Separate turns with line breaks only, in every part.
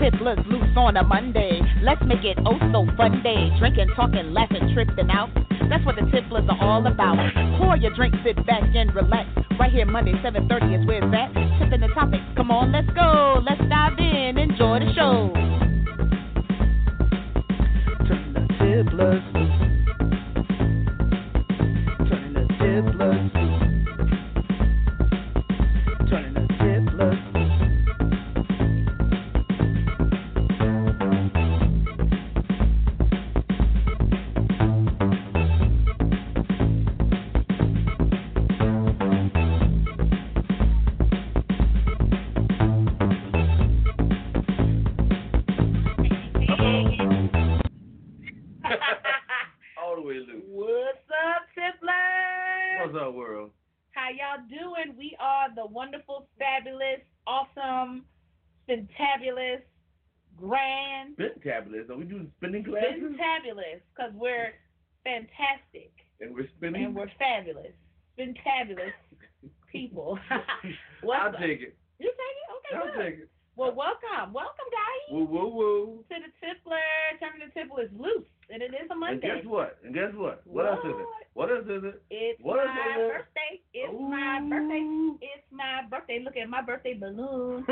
tipplers loose on a Monday. Let's make it oh so fun day. Drinking, talking, laughing, tripping out. That's what the tipplers are all about. Pour your drink, sit back and relax. Right here, Monday, 7:30 is where it's at. Tipping the topics. Come on, let's go. Let's dive in. Enjoy the show.
Turn the tipplers loose. Turn the tipplers loose. Turn the tipplers
All the way loose.
What's up, Tipplers?
What's up, world?
How y'all doing? We are the wonderful, fabulous, awesome, fantabulous, grand,
Spin tablets. Are we doing spinning classes?
fantabulous, because we're fantastic
and we're spinning.
and we're fabulous, fantabulous people. What's
I'll
up?
take it.
You take it? Okay,
I'll
good.
take it.
Well, welcome, welcome, guys,
Woo woo woo.
to the Tippler. Turn the Tipple is loose, and it is a
And
Monday.
guess what? And guess what? What, else is it? What else is it?
It's
What is
my
it?
birthday. It's my birthday.
Ooh.
It's my birthday. Look at my birthday balloon.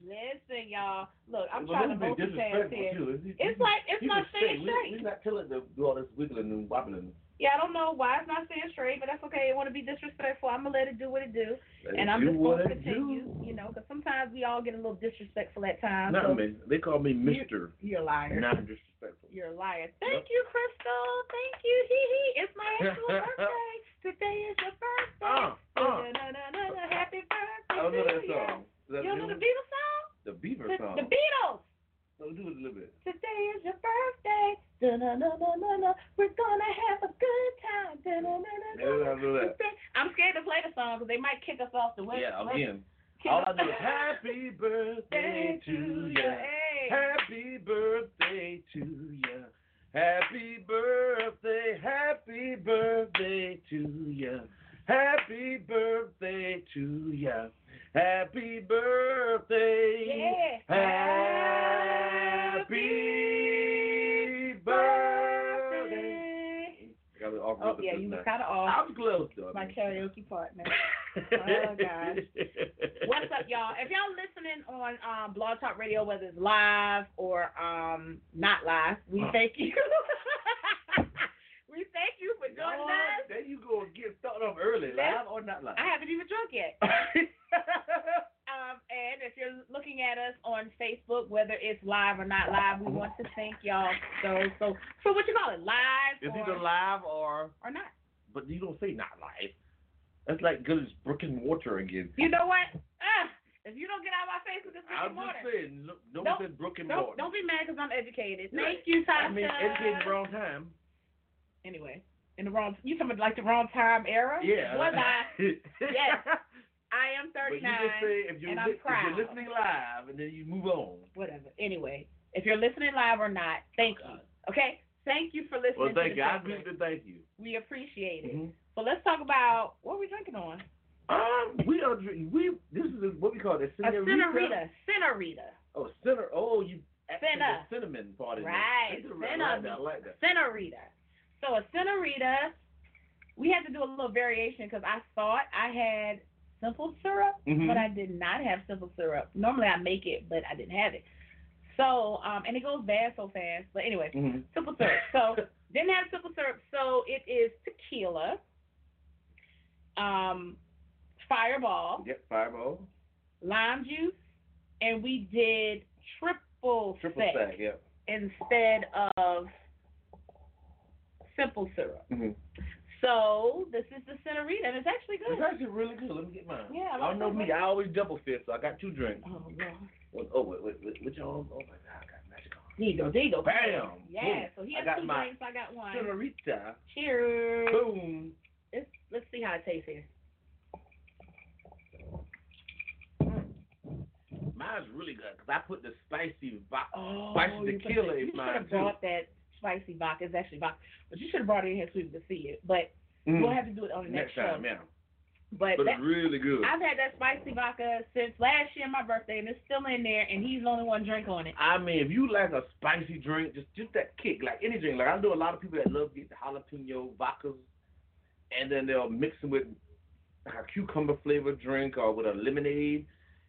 Listen, y'all. Look, I'm
Well,
trying to
this
multitask
is disrespectful,
here.
too. This-
It's like it's
you
not
can
staying
say, We,
straight.
we're not telling them to do all this wiggling and wobbling.
Yeah, I don't know why it's not staying straight, but that's okay. I want to be disrespectful. I'm gonna let it do what it do,
Let
and
it
I'm
do
just
what
gonna
it
continue.
do.
You know, because sometimes we all get a little disrespectful at times. so
Not me. They call me
You-
Mister.
You're a liar.
Not disrespectful.
You're a liar. Thank you, Crystal. Thank you. Hee hee. It's my actual birthday. Today is your birthday.
Uh, uh.
Da-da-da-da-da. Happy birthday.
I don't know
to
that
you.
song. Is that
You don't know
new?
the Beatles song?
The Beaver
The,
song.
the Beatles.
Let's do it a little bit.
Today is your birthday. Da-na-na-na-na-na. We're gonna have a good time.
Maybe
Da-na-na-na-na.
I'll do that.
Today- I'm scared to play the song because they might kick us off the way.
Yeah,
way-
again.
kick
All
us
I do is
off.
happy birthday
Birthday
to
ya.
you.
Hey.
Happy birthday to you. Happy birthday, happy birthday to you. Happy birthday to you. Happy birthday.
Yeah.
Happy birthday.
birthday.
I got it off
Oh
rhythm
yeah,
just
you
now.
were kind of off.
I'm close though. I
my
mean.
karaoke partner. Oh, gosh. What's up, y'all? If y'all listening on um, Blog Talk Radio, whether it's live or um, not live, we
Huh.
thank you. we thank you for joining
Lord,
us.
There you go. Get started off early, live or not live.
I haven't even drunk yet. Um, and if you're looking at us on Facebook, whether it's live or not live, we want to thank y'all. So, so, so what you call it, live
it's
or,
either live or,
or not?
but you don't say not live. That's like good as brick and mortar again.
You know what? Ah, if you don't get out of my face with this
I'm
freaking water,
just saying, no, no one
Don't-
said brick and
don't
mortar.
don't be mad because I'm educated.
Yeah.
Thank you, Tasha.
I mean, educated the wrong time.
anyway, in the wrong you talking about like the wrong time era?
Yeah.
Was I?
yes.
I am
But
thirty
you just
nine.
say if you're,
and I'm
lis- if
proud.
you're listening live and then you move on.
Whatever. Anyway, if you're listening live or not, thank you. Okay? Thank you for listening.
Well,
to
thank
the
you. I
segment.
really thank you.
We appreciate it.
Mhm.
But let's talk about what are we drinking on?
Um, we are dr- we this is a, what we call it, a
A
senorita.
Cinerita. Cinerita.
Oh, center. Oh, you added
Cinna.
the cinnamon part in there.
Right.
Cinna, I like
Cinnamon.
that. I like that.
Cinerita. So a Cinerita, we had to do a little variation because I thought I had simple syrup,
Mhm.
but I did not have simple syrup. Normally I make it, but I didn't have it. So, um, and it goes bad so fast. But anyway,
Mhm.
simple syrup. So didn't have simple syrup. So it is tequila, um, fireball,
Yep, oh, fireball.
lime juice, and we did triple,
Triple
sec
stack, yep.
instead of simple syrup.
Mm-hmm.
So this is the Cinerita, and it's actually
It's
good.
actually really good. Let me get mine.
Yeah, I
I don't know
like
me.
that.
I always double fist, so I got two drinks.
Oh Lord.
One, oh, wait, wait, wait. Which arm? Oh, my God. I got magic on.
There you go. There you go.
Bam.
Yeah.
Boom.
So he
I
has
got
two
my
drinks. I got one.
Senorita.
Cheers.
Boom.
Let's, let's see how it tastes here.
Mine's really good because I put the spicy vodka.
Oh,
Spicy
you
tequila
could've-
is
you
mine,
should've
too.
brought that spicy vodka. It's actually vodka, but you should have brought it in here so we could see it. But we'll have to do it on the
Mm. next
next,
time,
show.
yeah.
But
But
that,
it's really good.
I've had that spicy vodka since last year, my birthday, and it's still in there. And he's the only one drink on it.
I mean, if you like a spicy drink, just just that kick, like any drink. Like I know a lot of people that love getting jalapeno vodkas, and then they'll mix them with like a cucumber flavored drink or with a lemonade.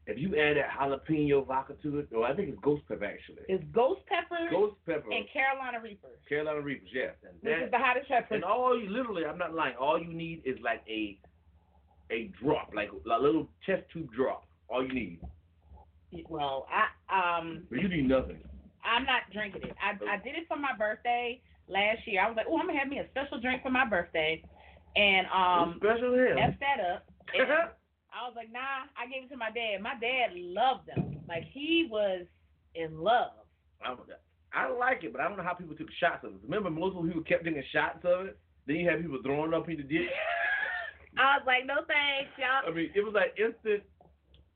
If you add that jalapeno vodka to it, or I think it's ghost pepper actually.
It's ghost pepper
Ghost pepper,
and Carolina Reaper,
Carolina Reapers, yes, and
which
that
is the hottest pepper.
and all you literally, I'm not lying. All you need is like a a drop, like a little test tube drop. All you need.
Well, I um.
But you need nothing.
I'm not drinking it. I, I did it for my birthday last year. I was like, oh, I'm gonna have me a special drink for my birthay, and um,
special hell.
f that up. And
Uh-huh.
I was like, nah. I gave it to my dad. My dad loved them. Like he was in love.
I, don't- I like it, but I don't know how people took shots of it. Remember, most of people kept taking shots of it. Then you had people throwing up in the ditch.
I was like, no thanks,
I
y'all.
mean, it was like instant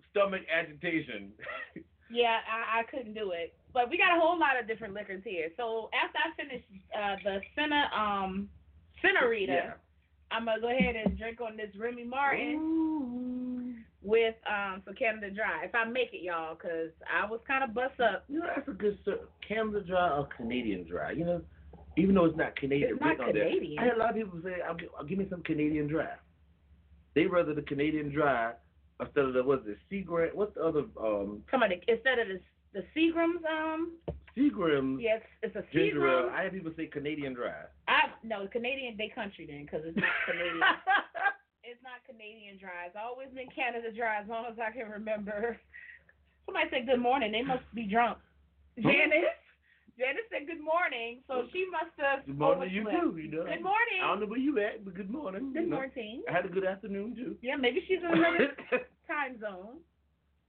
stomach agitation.
Yeah, I, I couldn't do it. But we got a whole lot of different liquors here. So after I finish uh, the Cena um Cenerita,
Yeah.
I'm gonna go ahead and drink on this Remy Martin. with um for Canada Dry. If I make it, y'all, because I was kind of bust up.
You know, that's a good ser- Canada Dry or Canadian Dry. You know, even though it's not Canadian,
It's not
written on there.
Canadian.
I had a lot of people say, I'll, gi- I'll "Give me some Canadian Dry." They rather the Canadian Dry instead of the what's it, Seagram? What's the other um
Come on, instead of the the Seagram's, um,
Seagram
yes, it's a
Mm. ginger ale?
Seagram.
I had people say Canadian Dry.
I no Canadian Day Country then, because it's not Canadian. it's not Canadian Dry. It's always been Canada Dry as long as I can remember. Somebody said good morning. They must be drunk.
Hmm?
Janice, Janice said good morning, so she must have.
Good morning to you
overslept.
too. You know.
Good
I don't
morning.
know where you at, but good morning. you
Good
know.
morning.
I had a good afternoon too.
Yeah, maybe she's in another time zone.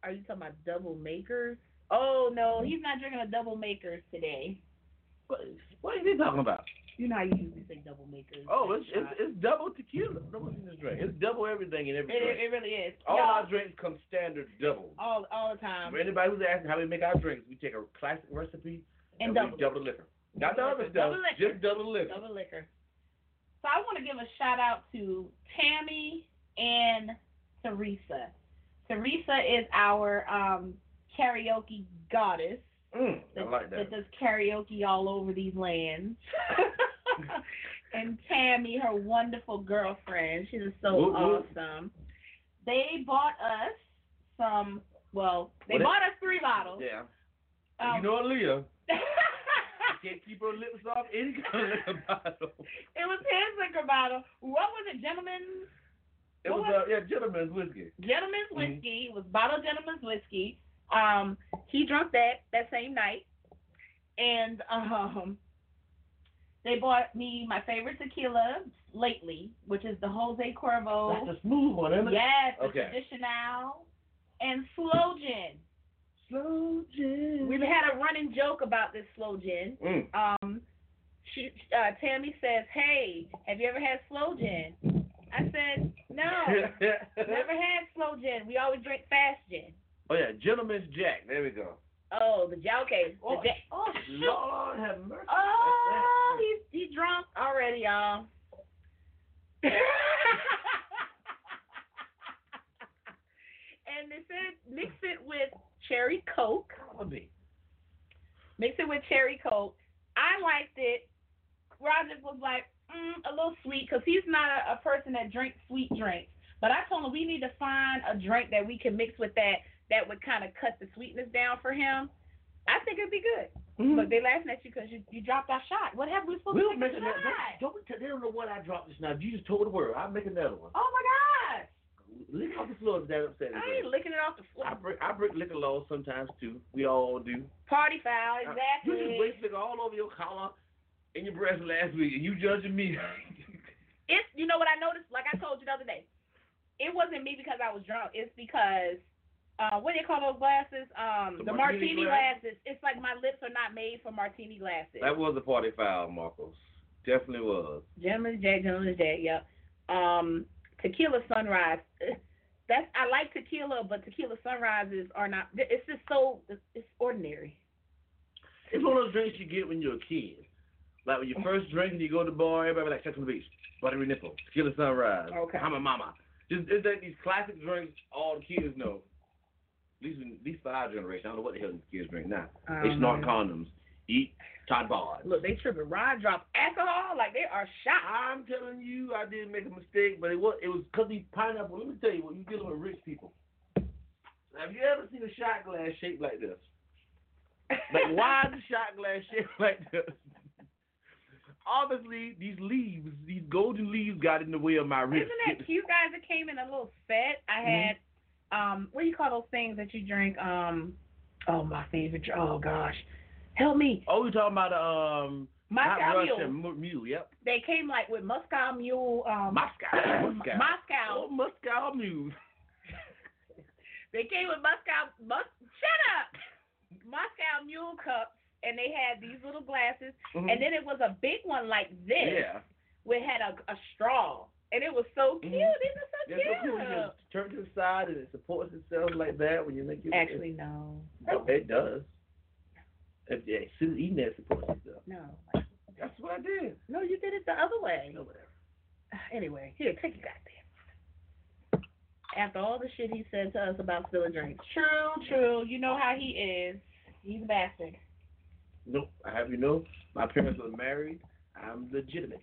Are you talking about double makers? Oh no, he's not drinking a double makers today.
what, what is he talking about?
You know how you usually say double makers.
Oh, it's it's,
Uh,
it's double tequila. No what's in this drink. It's double everything and
it,
everything.
it, Um, it really is.
All
Y'all,
our drinks come standard double.
all all the time.
For anybody who's asking how we make our drinks, we take a classic recipe
and
and
double
we double the liquor. Not the
Double
other
liquor,
stuff,
double liquor.
just double the liquor.
double liquor. So I want to give a shout out to Tammy and Teresa. Teresa is our um, karaoke goddess.
Mm, I like
that
that.
does karaoke all over these lands. and Tammy, her wonderful girlfriend, she was so
Whoop, whoop.
awesome. They bought us some. Well, they
What it-
bought us three bottles.
Yeah.
Um,
you know Aaliyah can't keep her lips off any kind of liquor bottle.
it was his liquor bottle. What was it, gentlemen?
It
What
was,
was-
uh, yeah, gentleman's whiskey.
Gentleman's
Mm-hmm.
whiskey It was bottled gentleman's whiskey. Um, he drunk that that same night, and um, they bought me my favorite tequila lately, which is the Jose Cuervo.
That's a smooth one, isn't it?
yes, the
Okay.
traditional and slow gin.
Slow jam.
We've had a running joke about this slow gin.
Mm.
Um, she, uh, Tammy says, "Hey, have you ever had slow gin?" I said, "No." Never had slow gin. We always drink fast gin.
oh yeah, gentleman's Jack. There we go.
Oh, the ja- okay.
Oh,
the ja- oh shoot.
Lord have mercy.
Oh, he's he drunk already, y'all. and they said mix it with cherry coke.
That's me.
Mix it with cherry coke. I liked it. Roger was like, mm, a little sweet, because he's not a, a person that drinks sweet drinks. But I told him we need to find a drink that we can mix with that that would kind of cut the sweetness down for him. I think it'd be good.
Mm-hmm.
But they laughing at you because you, you dropped our shot. What have we supposed
Mm.
to
We
make
don't make
a
another.
shot?
Don't, don't, they don't know what I dropped just now. You just told the world. I'll make another one.
Oh my gosh!
Lick off the floor if that upset
I ain't
anybody.
licking it off the
I
floor.
break I break liquor laws sometimes too. We all do.
Party foul, exactly.
Uh, You just waste liquor all over your collar and your breast last week, and you judging me.
it's you know what I noticed? Like I told you the other day, it wasn't me because I was drunk. It's because uh, what do you call those glasses? Um,
The
the, martini,
martini glass?
glasses. It's like my lips are not made for martini glasses.
that was a party foul, Marcos. Definitely was.
Gentleman's Jack, Gentleman's Jack, yep. Um, tequila sunrise. That's I like tequila, but tequila sunrises are not. It's just so it's ordinary.
It's one of those drinks you get when you're a kid. Like when you first drink and you go to the bar, everybody be like sex on the beach, buttery nipple, tequila sunrise,
Okay.
I'm a mama. Just it's like these classic drinks all the kids know. At least, at least for our generation, I don't know what the hell these kids drink now. They
Um,
snort condoms, eat Tide bars.
Look, they tripping. Rod dropped alcohol like they are shot.
I'm telling you, I did make a mistake, but it was it was because these pineapple. Let me tell you what you dealing with rich people. Have you ever seen a shot glass shaped like this? Like why is the shot glass shaped like this? Obviously, these leaves, these golden leaves, got in the way of my
Isn't
wrist.
that cute, guys? It came in a little set. I
Mm-hmm.
had, um, what do you call those things that you drink? Um, oh my favorite. dr- Oh gosh, help me.
Oh, you talking about um, hot
Moscow
Russian
mule.
mu- mule? Yep,
They came like with Moscow mule. Um,
Moscow, Moscow,
Moscow.
Oh, Moscow mule.
They came with Moscow. Mus- Shut up. Moscow mule cups, and they had these little glasses, and then it was a big one like this,
Mm-hmm. yeah,
which had a, a straw, and it was so cute.
Mhm.
Isn't
yeah.
it so
so people
cute?
just turn to the side and it supports itself like that when you make it.
Actually, no.
Oh, it does. If yeah, Sue eating that supports itself.
No.
That's what I did.
No, you did it the other way.
No, whatever.
Anyway, here, take it goddamn. After all the shit he said to us about spilling drinks. True, true. You know how he is. He's a bastard.
Nope. I have you know, my parents were married. I'm legitimate.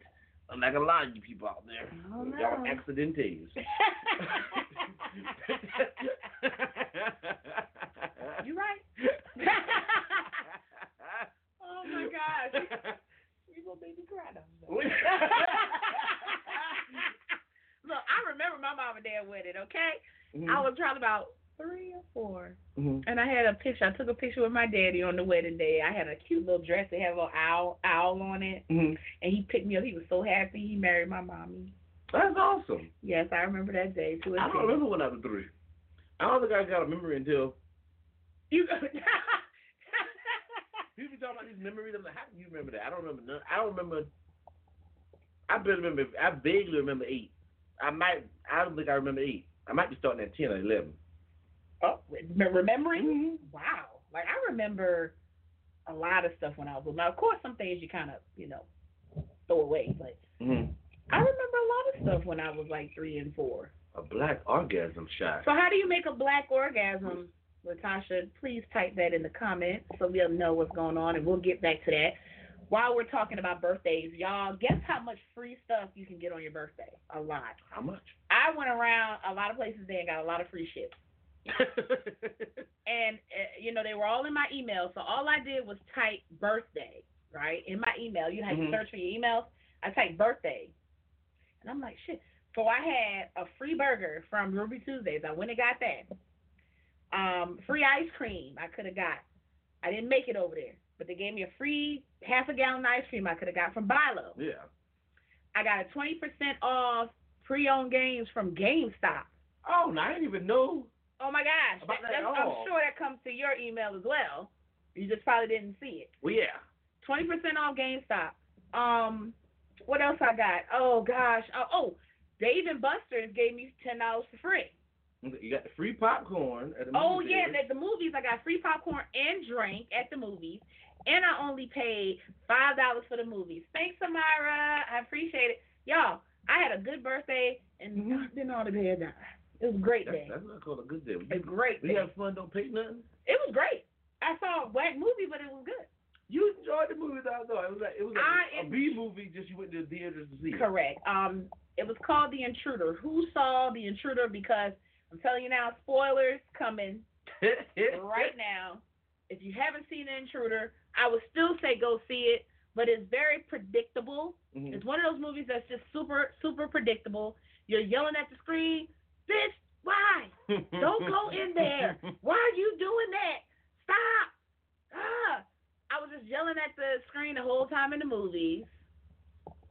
Unlike a lot of you people out there.
Oh, no.
Y'all accidentes.
you right. Oh my gosh. You gonna make me cry though. Look, I remember my mom and dad with it, okay?
Mm-hmm.
I was probably about three or four.
Mhm.
And I had a picture. I took a picture with my daddy on the wedding day. I had a cute little dress that had a little owl owl on it.
Mhm.
And he picked me up. He was so happy he married my mommy.
That's awesome.
Yes, I remember that day too.
I don't remember when I was three. I don't think I got a memory until
You
people talk about these memories. I'm like, how do you remember that? I don't remember. None. I don't remember. I barely remember. I vaguely remember eight. I might. I don't think I remember eight. I might be starting at ten or eleven.
oh, rem- remembering?
Mm-hmm.
Wow. Like I remember a lot of stuff when I was little. Now, of course, some things you kind of you know throw away, but
Mm-hmm.
I remember a lot of stuff when I was like three and four.
A black orgasm shot.
So how do you make a black orgasm, Latasha? Please type that in the comments so we'll know what's going on, and we'll get back to that. While we're talking about birthdays, y'all, guess how much free stuff you can get on your birthday? A lot.
How much?
I went around a lot of places today and got a lot of free shit. And, uh, you know, they were all in my email. So all I did was type birthday, right? In my email. You had
Mhm.
to search for your emails. I typed birthday. And I'm like, shit. So I had a free burger from Ruby Tuesdays. I went and got that. Um, free ice cream I could have got. I didn't make it over there. But they gave me a free half a gallon ice cream I could have got from Bilo.
yeah.
I got a 20% off pre-owned games from GameStop.
Oh, and I didn't even know.
Oh my gosh.
About that
That's-
at all.
I'm sure that comes to your email as well. You just probably didn't see it.
Well, yeah.
Twenty percent off GameStop. Um, what else I got? Oh gosh. Oh, oh Dave and Buster's gave me ten dollars for free.
You got the free popcorn at the
Oh
movie
yeah,
theater.
at the movies I got free popcorn and drink at the movies, and I only paid five dollars for the movies. Thanks, Samara. I appreciate it, y'all. I had a good birthday and knocked in all the bad time. It was a great
Mm-hmm. That's,
day.
that's what I call a good day.
A great
We
day.
have fun, don't pay nothing.
It was great. I saw a whack movie, but it was good.
You enjoyed the movie, though. though. It was like it was like
I
a
en-
B movie. Just you went to the theaters to see. it.
Correct. Um, it was called The Intruder. Who saw The Intruder? Because I'm telling you now, spoilers coming right now. If you haven't seen The Intruder, I would still say go see it, but it's very predictable.
Mhm.
It's one of those movies that's just super, super predictable. You're yelling at the screen, bitch, why? Don't go in there. Why are you doing that? Stop. Ah. I was just yelling at the screen the whole time in the movie.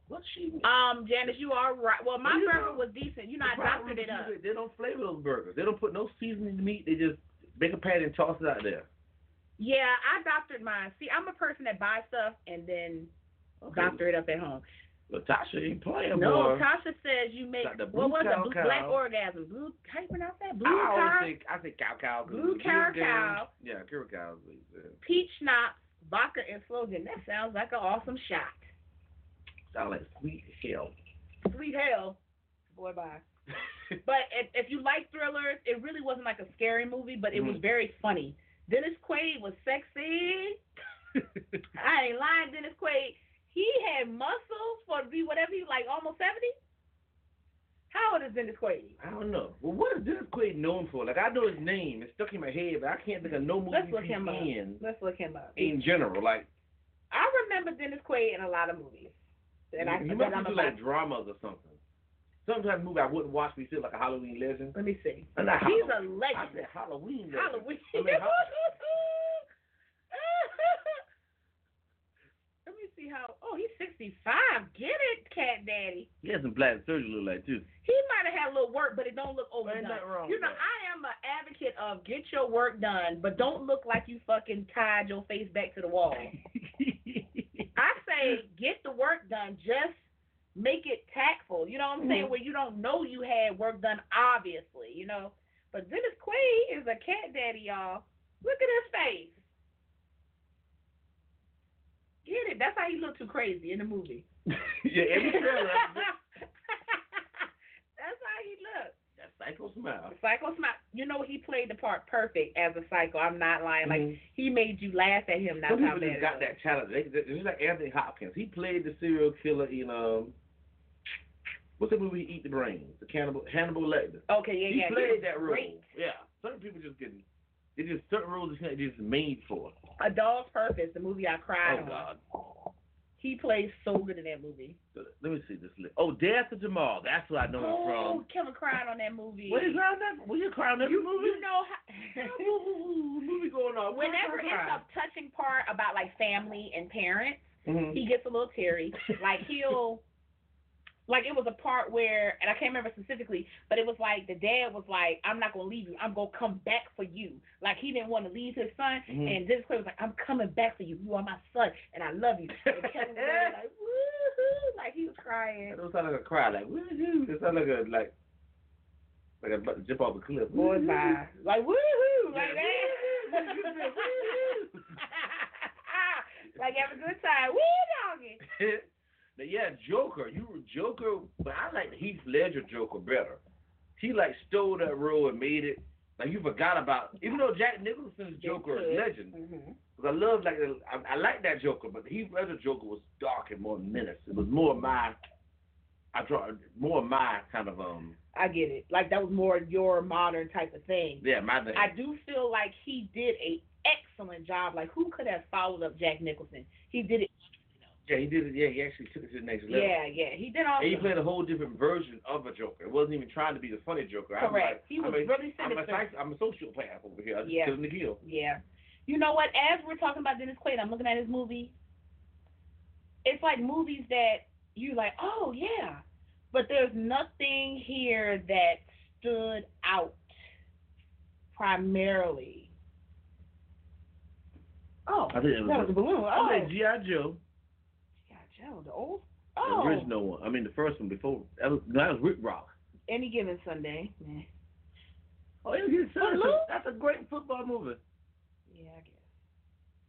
What she?
Um, Janice, you are right. Well, my
You
burger
know,
was decent. You know, I
Why
doctored it up.
would you do that? They don't flavor those burgers. They don't put no seasoning to meat. They just make a patty and toss it out there.
Yeah, I doctored mine. See, I'm a person that buys stuff and then
Okay.
doctor it up at home.
Latasha ain't playing,
No,
boy.
Tasha says you make
Got the
what
blue
was
cow
it? Blue,
cow.
black orgasm. Blue. How you pronounce that? Blue
I always
cow.
think I think cow cow. 'cause
Blue
it's a
cow
video game.
cow.
Yeah, cow cow. is like that.
Peach schnapps, vodka, and slogan. That sounds like an awesome shot.
Sound like sweet hell.
Sweet hell. Boy, bye. But if, if you like thrillers, it really wasn't like a scary movie, but it was
Mhm.
very funny. Dennis Quaid was sexy. I ain't lying, Dennis Quaid. He had muscles for to be whatever he like, almost seventy. How old is Dennis Quaid?
I don't know. Well, what is Dennis Quaid known for? Like, I know his name. It's stuck in my head, but I can't think of no movie
Let's look
he's
him up.
in.
Let's look him up.
In general, like,
I remember Dennis Quaid in a lot of movies. That I,
he
that
must
I'm
do
about-
like dramas or something. Sometimes movie I wouldn't watch, but he said like a Halloween legend.
Let me see.
I'm not
He's a
Halloween. I
legend.
said Halloween legend.
Halloween.
I mean, how-
Let me see how. Oh, he's 65. Get it, Cat Daddy.
He has some black surgery look like too.
He might have had a little work, but it don't look overdone.
Ain't nothing wrong
you
with
know,
that.
I am an advocate of get your work done, but don't look like you fucking tied your face back to the wall. I say get the work done. Just make it tactful. You know what I'm saying?
Mm-hmm.
Where you don't know you had work done, obviously. You know. But Dennis Quaid is a cat daddy, y'all. Look at his face. Get it? That's how he looked too crazy in the movie.
yeah, every trailer.
That's how he looked.
That psycho smile.
The psycho smile. You know he played the part perfect as a psycho. I'm not lying. Like
Mhm.
he made you laugh at him. That's
Some
how bad
people just
it
got
was.
that challenge. They, they, just like Anthony Hopkins. He played the serial killer in um, what's the movie? Eat the brains. The cannibal Hannibal Lecter.
Okay, yeah,
he
yeah.
played
was
that role.
Great.
Yeah. Certain people just didn't. It just certain roles they just made for.
A Dog's Purpose, the movie I cried
oh
on.
God.
He plays so good in that movie.
Let me see this list. Oh, Death of Jamal. That's what I know him
oh,
from.
Kevin cried on that movie.
What is that? Will you cry on every movie?
You know
Ooh,
how.
ooh, ooh, movie going on.
Whenever it's a touching part about like family and parents, he gets a little teary. Like he'll, like it was a part where, and I can't remember specifically, but it was like the dad was like, "I'm not gonna leave you. I'm gonna come back for you." Like he didn't want to leave his son,
Mhm.
and this Quaid was like, "I'm coming back for you. You are my son, and I love you." And Kevin was really like, "Woohoo!" Like he was crying.
That don't sound like a cry, like woo-hoo. It sound like a like like a about to jump off a cliff.
Boy,
Woo-hoo.
bye. Like woohoo, like
Yeah,
that. like have a good time. Woo doggy.
But yeah, Joker. You were Joker, but I like the Heath Ledger Joker better. He like stole that role and made it like you forgot about. Even though Jack Nicholson's Joker is
good.
legend,
Mm-hmm.
because I love like the- I, I like that Joker, but the Heath Ledger Joker was dark and more menace. It was more my I draw more my kind of um
I get it. Like that was more your modern type of thing.
yeah my thing.
I do feel like he did a excellent job. Like who could have followed up Jack Nicholson? He did it.
Yeah, he did it. Yeah, he actually took it to the next level.
Yeah, yeah. He did all.
And he played a whole different version of a Joker. It wasn't even trying to be the funny Joker. I'm
Correct.
like,
He was
I'm a,
really
I'm a,
sinister.
psych- I'm a sociopath over here. I just
Yeah.
killed Nikhil.
Yeah. You know what? As we're talking about Dennis Quaid, I'm looking at his movie. It's like movies that you like, oh yeah, but there's nothing here that stood out primarily. Oh,
I think it was
that was
a-
a balloon. Oh,
I like G.I. Joe,
G.I. Joe, the old.
the
Oh,
original one. I mean, the first one before. That was, no, that was Rick Rock.
any given Sunday. Meh.
Oh, it was
Footloose?
That's a great football movie.
Yeah, I guess.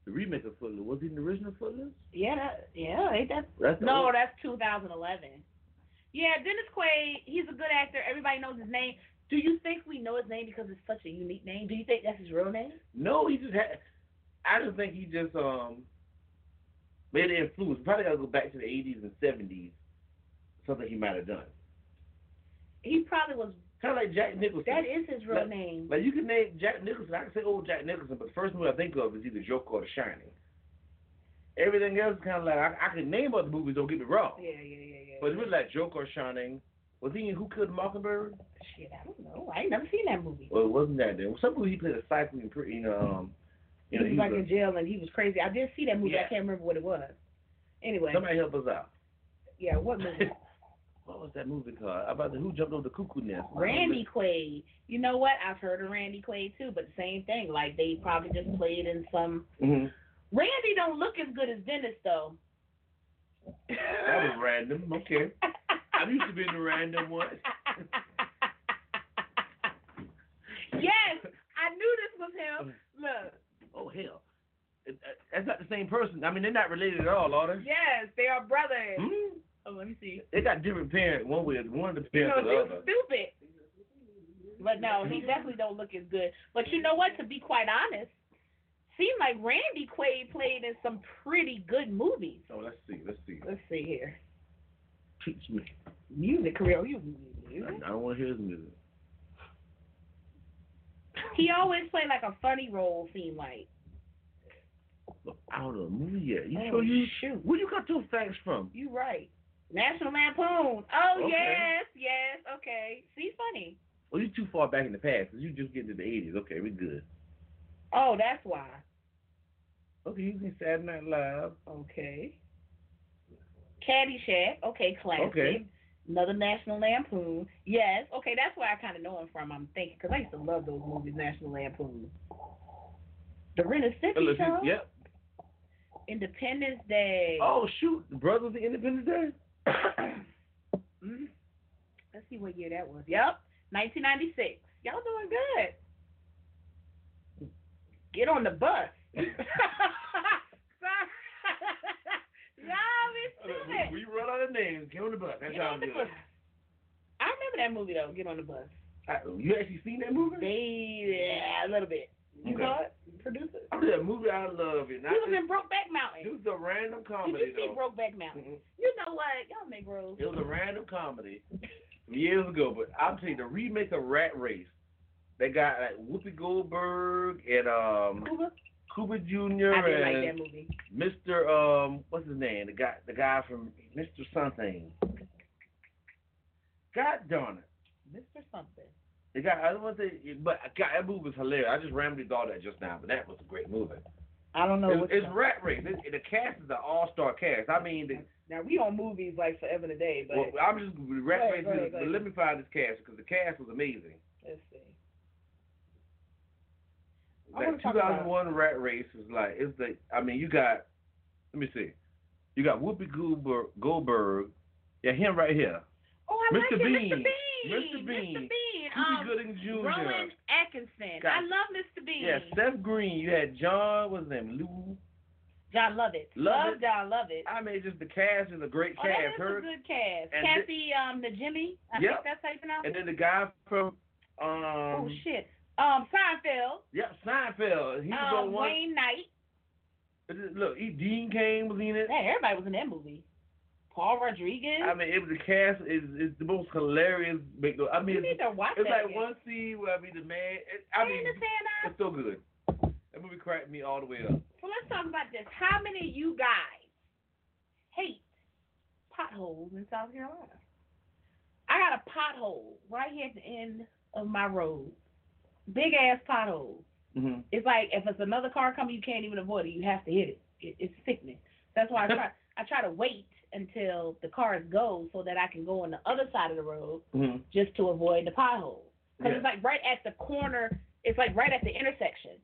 The remake of Footloose. Was he in the original Footloose?
Yeah, that, yeah, ain't that
That's the
No,
old-
that's 2011. Yeah, Dennis Quaid, he's a good actor. Everybody knows his name. Do you think we know his name because it's such a unique name? Do you think that's his real name?
No, he just had. I just think he just um made an influence. Probably gotta go back to the 80s and 70s. Something he might have done.
He probably was.
Kind of like Jack Nicholson.
That is his real
Like-
name.
Like you can name Jack Nicholson. I can say old Jack Nicholson, but the first movie I think of is either Joker or The Shining. Everything else is kind of like I, I can name other movies. Don't get me wrong,
yeah, yeah, yeah, yeah.
but it was like Joker, or Shining. Was he in Who Killed Mockingbird?
Shit, I don't know. I ain't never seen that movie.
Well, it wasn't that then. Some movie he played a cycle in pretty. You know, um, you know,
he
he
was like in
was
jail and he was crazy. I did see that movie. I
Yeah.
can't remember what it was. Anyway,
a, somebody help us out.
yeah, what movie?
what was that movie called? About the Who Jumped Over the Cuckoo Nest?
Randy Quaid. You know what? I've heard of Randy Quaid too, but same thing. Like they probably just played in some.
hmm
Randy don't look as good as Dennis though.
That was random. Okay. I used to be in the random one.
yes, I knew this was him. Look,
Oh hell, uh, It- that's not the same person. I mean, they're not related at all, are they?
yes, they are brothers.
Hmm?
Oh, let me see.
They got different parents. One with one of the
You know,
parents or the
it's
other.
just stupid. But no, he definitely don't look as good. But you know what? To be quite honest, seemed like Randy Quaid played in some pretty good movies.
So Oh, let's see. Let's see.
Let's see here.
Teach me.
Music career. Oh, You,
I, I don't want to hear his music.
He always played like a funny role. Seemed like.
Look, out of the movie yet. You
Oh,
sure you?
shoot.
Where you got those facts from?
You right. National Lampoon. Oh
Okay.
yes, yes. Okay. See, funny.
Well, Oh, you too far back in the past. 'cause you just getting to the '80s. Okay, we good.
Oh, that's why.
Okay, you can Saturday Night Live.
Okay. Caddyshack. Okay, classic.
Okay.
Another National Lampoon. Yes. Okay, that's where I kind of know him from. I'm thinking because I used to love those movies, National Lampoon. The Renaissance Show.
Yep.
Independence Day.
Oh shoot, Brothers of Independence Day.
Mm. Let's see what year that was. Yep, 1996. Y'all doing good. Get on the bus. Y'all be stupid.
We run out of names. Get on the bus. That's
Get
how
on
I'm
the
doing.
bus. I remember that movie though. Get on the bus.
I- Uh, You actually seen that movie?
They yeah, a little bit. You
Okay.
know it? Producer.
I mean, that movie I love it.
He
Not
was
just,
in Brokeback
it
Mountain.
was a random
Did
comedy
you see
though.
Brokeback Mountain?
Mhm.
You know what? Y'all make rules.
It was a random comedy from years ago, but I'll tell you the remake of Rat Race. They got like Whoopi Goldberg and um
Cuba?
Cooper
I
Jr.
didn't like
and
that movie.
Mr. Um, what's his name? The guy, the guy from Mr. Something. God darn it!
Mr. Something.
The guy, I don't want to say, but God, that movie was hilarious. I just randomly thought that just now, but that was a great movie.
I don't know.
It's-
which
it's
one.
Rat Race. It, the cast is an all-star cast. I mean, the,
Now we on movies like forever and a day, but
well, I'm just Rat
Right,
Race.
right,
is- but
right.
let me find this cast because the cast was amazing.
let's see. I wanna
Like
talk about-
2001 Rat Race is like it's the. I mean, you got. Let me see. You got Whoopi Goldberg. Goldberg. Yeah, him right here.
Oh, I like
Mr.
it,
Bean.
Mr.
Mr.
Bean.
Bean.
Mr. Bean.
Cuba
Um,
Gooding Jr.
Rowan Atkinson. I
Got-
love Mr. Bean.
Yeah, Seth Green. You had John. What's his name? Lou.
John Lovett.
Love
love
it.
John Lovett.
I mean, just the cast is a great
oh,
cast.
that is
Her
a good cast.
and
Kathy, um, the Jimmy. I
Yep.
think that's how you pronounce
and
it.
then the guy from um.
oh shit. Um, Seinfeld.
Yep, Seinfeld. He was
um,
on one.
Wayne Knight.
Look, he, Dean Kane was in it.
Dang, everybody was in that movie. Paul Rodriguez.
I mean, it was the cast is is the most hilarious. make- I mean,
you need
it's,
to watch
it's
that.
like one scene where I mean the man. It, I mean, it's so good. That movie cracked me all the way up.
So let's talk about this. How many of you guys hate potholes in South Carolina? I got a pothole right here at the end of my road. Big ass pothole.
hmm
It's like if it's another car coming, you can't even avoid it. You have to hit it. it it's sickening. That's why I try. I try to wait until the cars go so that I can go on the other side of the road
hmm
just to avoid the pothole. Because
Yeah.
it's like right at the corner, it's like right at the intersection.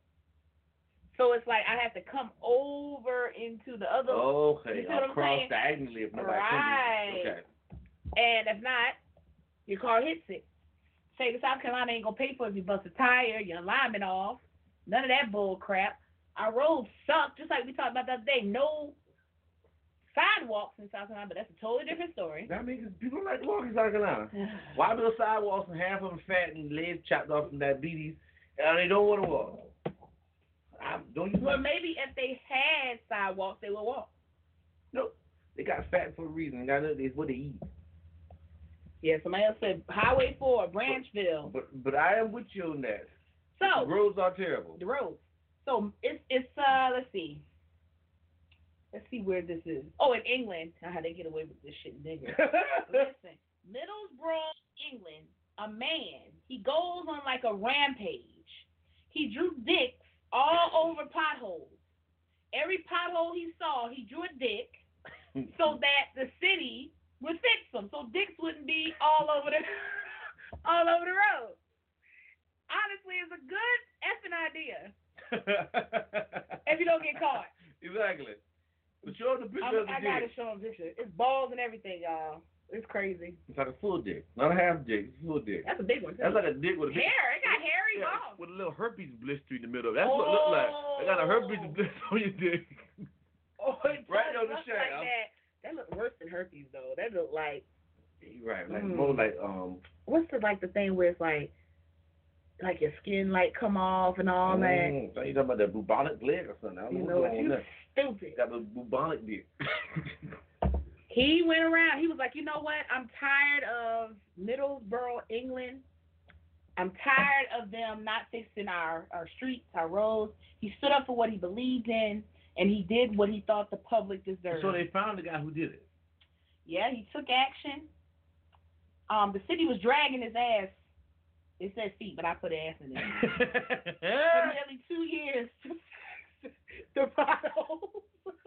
So it's like I have to come over into the other,
Okay,
You see what I'm
across
saying?
diagonally if nobody
Right.
comes in. Okay.
and if not, your car hits it. State of South Carolina ain't gonna pay for it if you bust a tire, your alignment off, none of that bull crap. Our roads suck, just like we talked about the other day. No sidewalks in South Carolina, but that's a totally different story.
That means people like walking South Carolina. Why build sidewalks and half of them fat and legs chopped off from diabetes, and they don't want to walk? I, don't you?
Well, maybe if they had sidewalks, they would walk.
no, they got fat for a reason. They got nothing. It's what they eat.
Yeah, somebody else said Highway 4, Branchville.
But but I am with you on that.
So,
the roads are terrible.
the roads. So it's it's uh let's see. Let's see where this is. Oh, in England. How they get away with this shit in England. Listen, Middlesbrough, England, a man, he goes on like a rampage. He drew dicks all over potholes. Every pothole he saw, he drew a dick so that the city would fix them, so dicks wouldn't be all over the all over the road. Honestly, it's a good effing idea if you don't get caught.
Exactly. But show them the picture
I'm,
of the
I gotta
dick.
show him picture. It's balls and everything, y'all. It's crazy.
It's like a full dick, not a half dick. It's a full dick.
That's a big one. Too.
That's like a dick with a big-
hair. It got hairy
Yeah,
balls.
with a little herpes blister in the middle. That's what it looked like. I got a herpes
Oh.
blister on your dick.
Oh, it
right
does
on the
look
shaft.
Like that. that look worse than herpes though. That look like
You right, like
Mm.
more like um.
what's the like the thing where it's like like your skin like come off and all that.
mm, so you talking about that bubonic plague or something? I don't
You
what's
know
going on
you
there.
stupid.
Got the bubonic dick.
He went around. He was like, you know what? I'm tired of Middlesbrough, England. I'm tired of them not fixing our, our streets, our roads. He stood up for what he believed in, and he did what he thought the public deserved.
So they found the guy who did it.
yeah, he took action. Um, the city was dragging his ass. It says feet, but I put ass in there. for nearly two years to fix the potholes.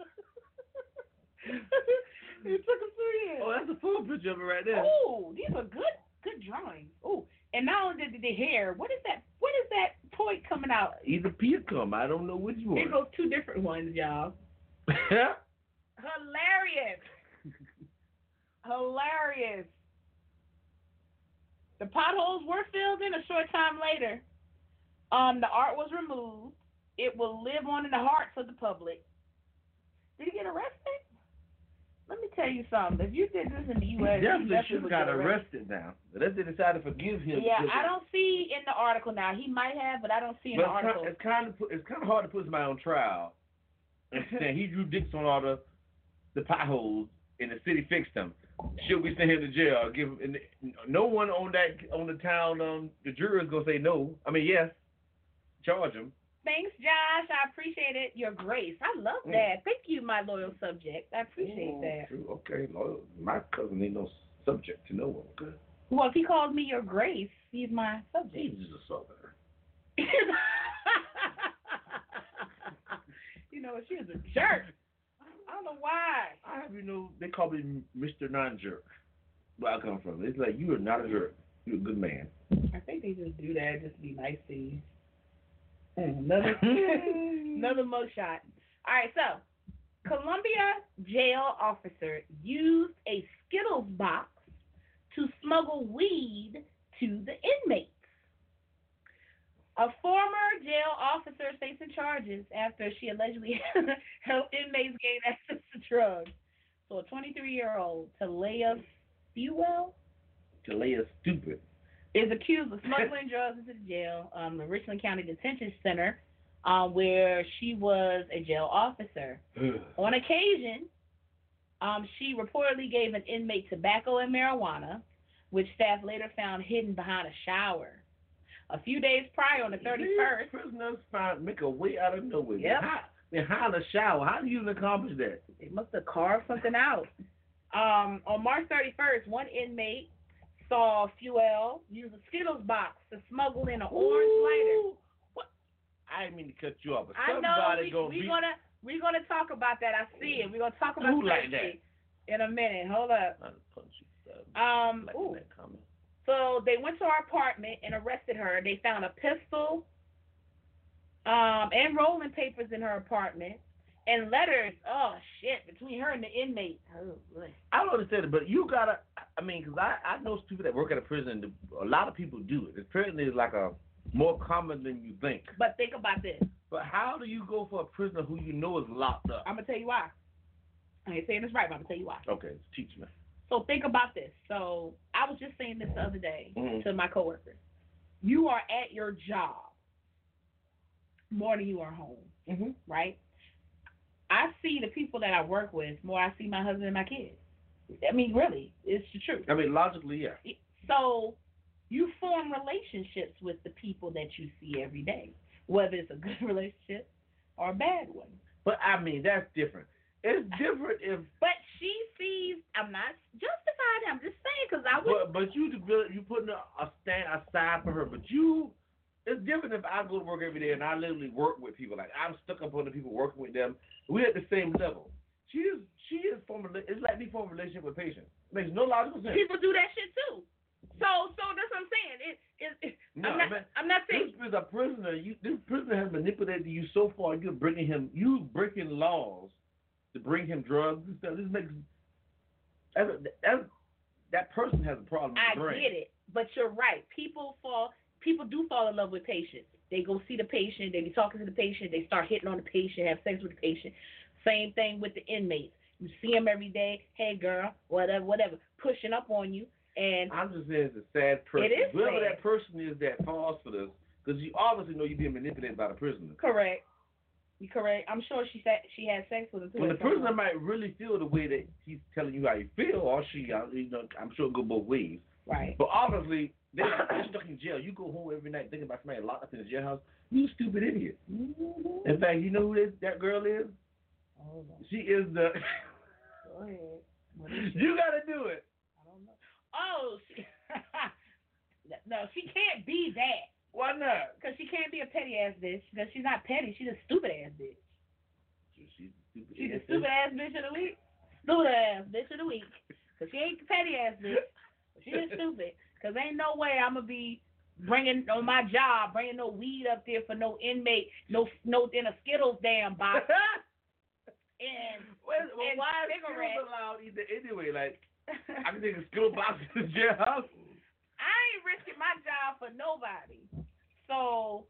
it took him two years.
oh, that's a full picture of it right there.
Ooh, these are good, good drawings. Ooh, and not only did the hair, what is that? What is that point coming out?
Either P or come. I don't know which
There
one.
goes two different ones, y'all. Hilarious. Hilarious. The potholes were filled in a short time later. Um, the art was removed. It will live on in the hearts of the public. Did he get arrested? Let me tell you something. If you did this in the
he
U.S., you
definitely should
would
have got
get
arrested now. Unless they decide to forgive him.
Yeah,
because
I don't see in the article now. He might have, but I don't see in
But uh,
the
it's kind,
article.
it's kind of it's kind of hard to put somebody on trial. And saying he drew dicks on all the the potholes, and the city fixed them. Should we send him to jail? Give him, and no one on that on the town um the jury is gonna say no. I mean yes, charge him.
Thanks, Josh. I appreciate it. Your grace. I love
Mm.
that. Thank you, my loyal subject. I appreciate that.
True. Okay, Lord, my cousin ain't no subject to no one. Good.
Well, if he calls me your grace, he's my subject.
Jesus, a southerner.
you know, she is a jerk. I don't know why.
I have you know they call me Mister Non Jerk. Where I come from, it's like you are not a jerk. You're a good man.
I think they just do that just to be nice to you. And another another mugshot. All right, so Columbia jail officer used a Skittles box to smuggle weed to the inmates. A former jail officer is facing charges after she allegedly helped inmates gain access to drugs. So a 23-year-old Talia Fuel
Delay is stupid.
is accused of smuggling drugs into the jail, um, the Richland County Detention Center, um, where she was a jail officer. On occasion, um, she reportedly gave an inmate tobacco and marijuana, which staff later found hidden behind a shower. A few days prior, on the 31st,
These prisoners find make a way out of nowhere.
Yep.
How, then how the shower? How do you even accomplish that?
They must have carved something out. Um, on March 31st, one inmate saw Fuel use a Skittles box to smuggle in an orange lighter.
Ooh, What? I didn't mean to cut you off, but
I know
somebody
we,
gonna
we
be.
gonna we gonna talk about that. I see it. We're gonna talk about
Who like
safety in a minute. Hold up.
I'll punch you. uh,
Um.
like
ooh.
that comment.
So they went to her apartment and arrested her. They found a pistol, um, and rolling papers in her apartment, and letters. Oh shit! Between her and the inmate. Oh boy.
I don't understand it, but you gotta. I mean, 'cause I I know people that work at a prison. A lot of people do it. Apparently, it's like a more common than you think.
But think about this.
But how do you go for a prisoner who you know is locked up?
I'm gonna tell you why. I ain't saying this right, but I'm gonna tell you why.
Okay, teach me.
So think about this. So I was just saying this the other day
Mhm.
to my coworkers. You are at your job more than you are home,
Mm-hmm.
right? I see the people that I work with more. I see my husband and my kids. I mean, really, it's the truth.
I mean, logically, yeah.
So you form relationships with the people that you see every day, whether it's a good relationship or a bad one.
But I mean, that's different. It's different if
But she sees. I'm not justifying. it, I'm just saying because I would.
But but you develop, you putting a, a stand aside for her. But you, it's different if I go to work every day and I literally work with people. Like I'm stuck up on the people working with them. We're at the same level. She is she is forming. It's like me forming a relationship with patients. makes no logical sense.
people do that shit too. So, so that's what I'm saying. It, it, it
No,
I'm not,
man.
I'm not
This
saying.
is a prisoner. You this prisoner has manipulated you so far. You're bringing him. You breaking laws to bring him drugs and stuff. This makes that's, that's, that person has a problem.
I
with brain.
get it, but you're right. People fall. People do fall in love with patients. They go see the patient. They be talking to the patient. They start hitting on the patient. Have sex with the patient. Same thing with the inmates. You see him every day. Hey, girl, whatever, whatever, pushing up on you. And
I'm just saying it's a sad person.
It is
Whoever
sad.
that person is that falls for this, because you obviously know you're being manipulated by the prisoner.
correct, you correct. I'm sure she said she had sex with him too.
When the
at some point.
prisoner might really feel the way that he's telling you how you feel, or she, I- you know, I'm sure it go both ways.
right?
But obviously, they- they're stuck in jail. You go home every night thinking about somebody locked up in the jailhouse. You stupid idiot. In fact, you know who this, that girl is?
Hold on.
She is the.
Go ahead. What is she?
you gotta do it.
I don't know. Oh, she, no, she can't be that.
Why not?
Because she can't be a petty ass bitch. Because she's not petty. She's a stupid ass bitch.
She's stupid.
She's a stupid ass bitch of the week. Stupid ass bitch of the week. Because she ain't the petty ass bitch. She is stupid. Because ain't no way I'm going to be bringing on my job, bringing no weed up there for no inmate, no, no, in a Skittles damn box. And.
Well, well,
And
why is
cigarettes.
Skittles allowed either anyway? Like, I
I
can take a skill box to the jailhouse.
ain't risking my job for nobody. So,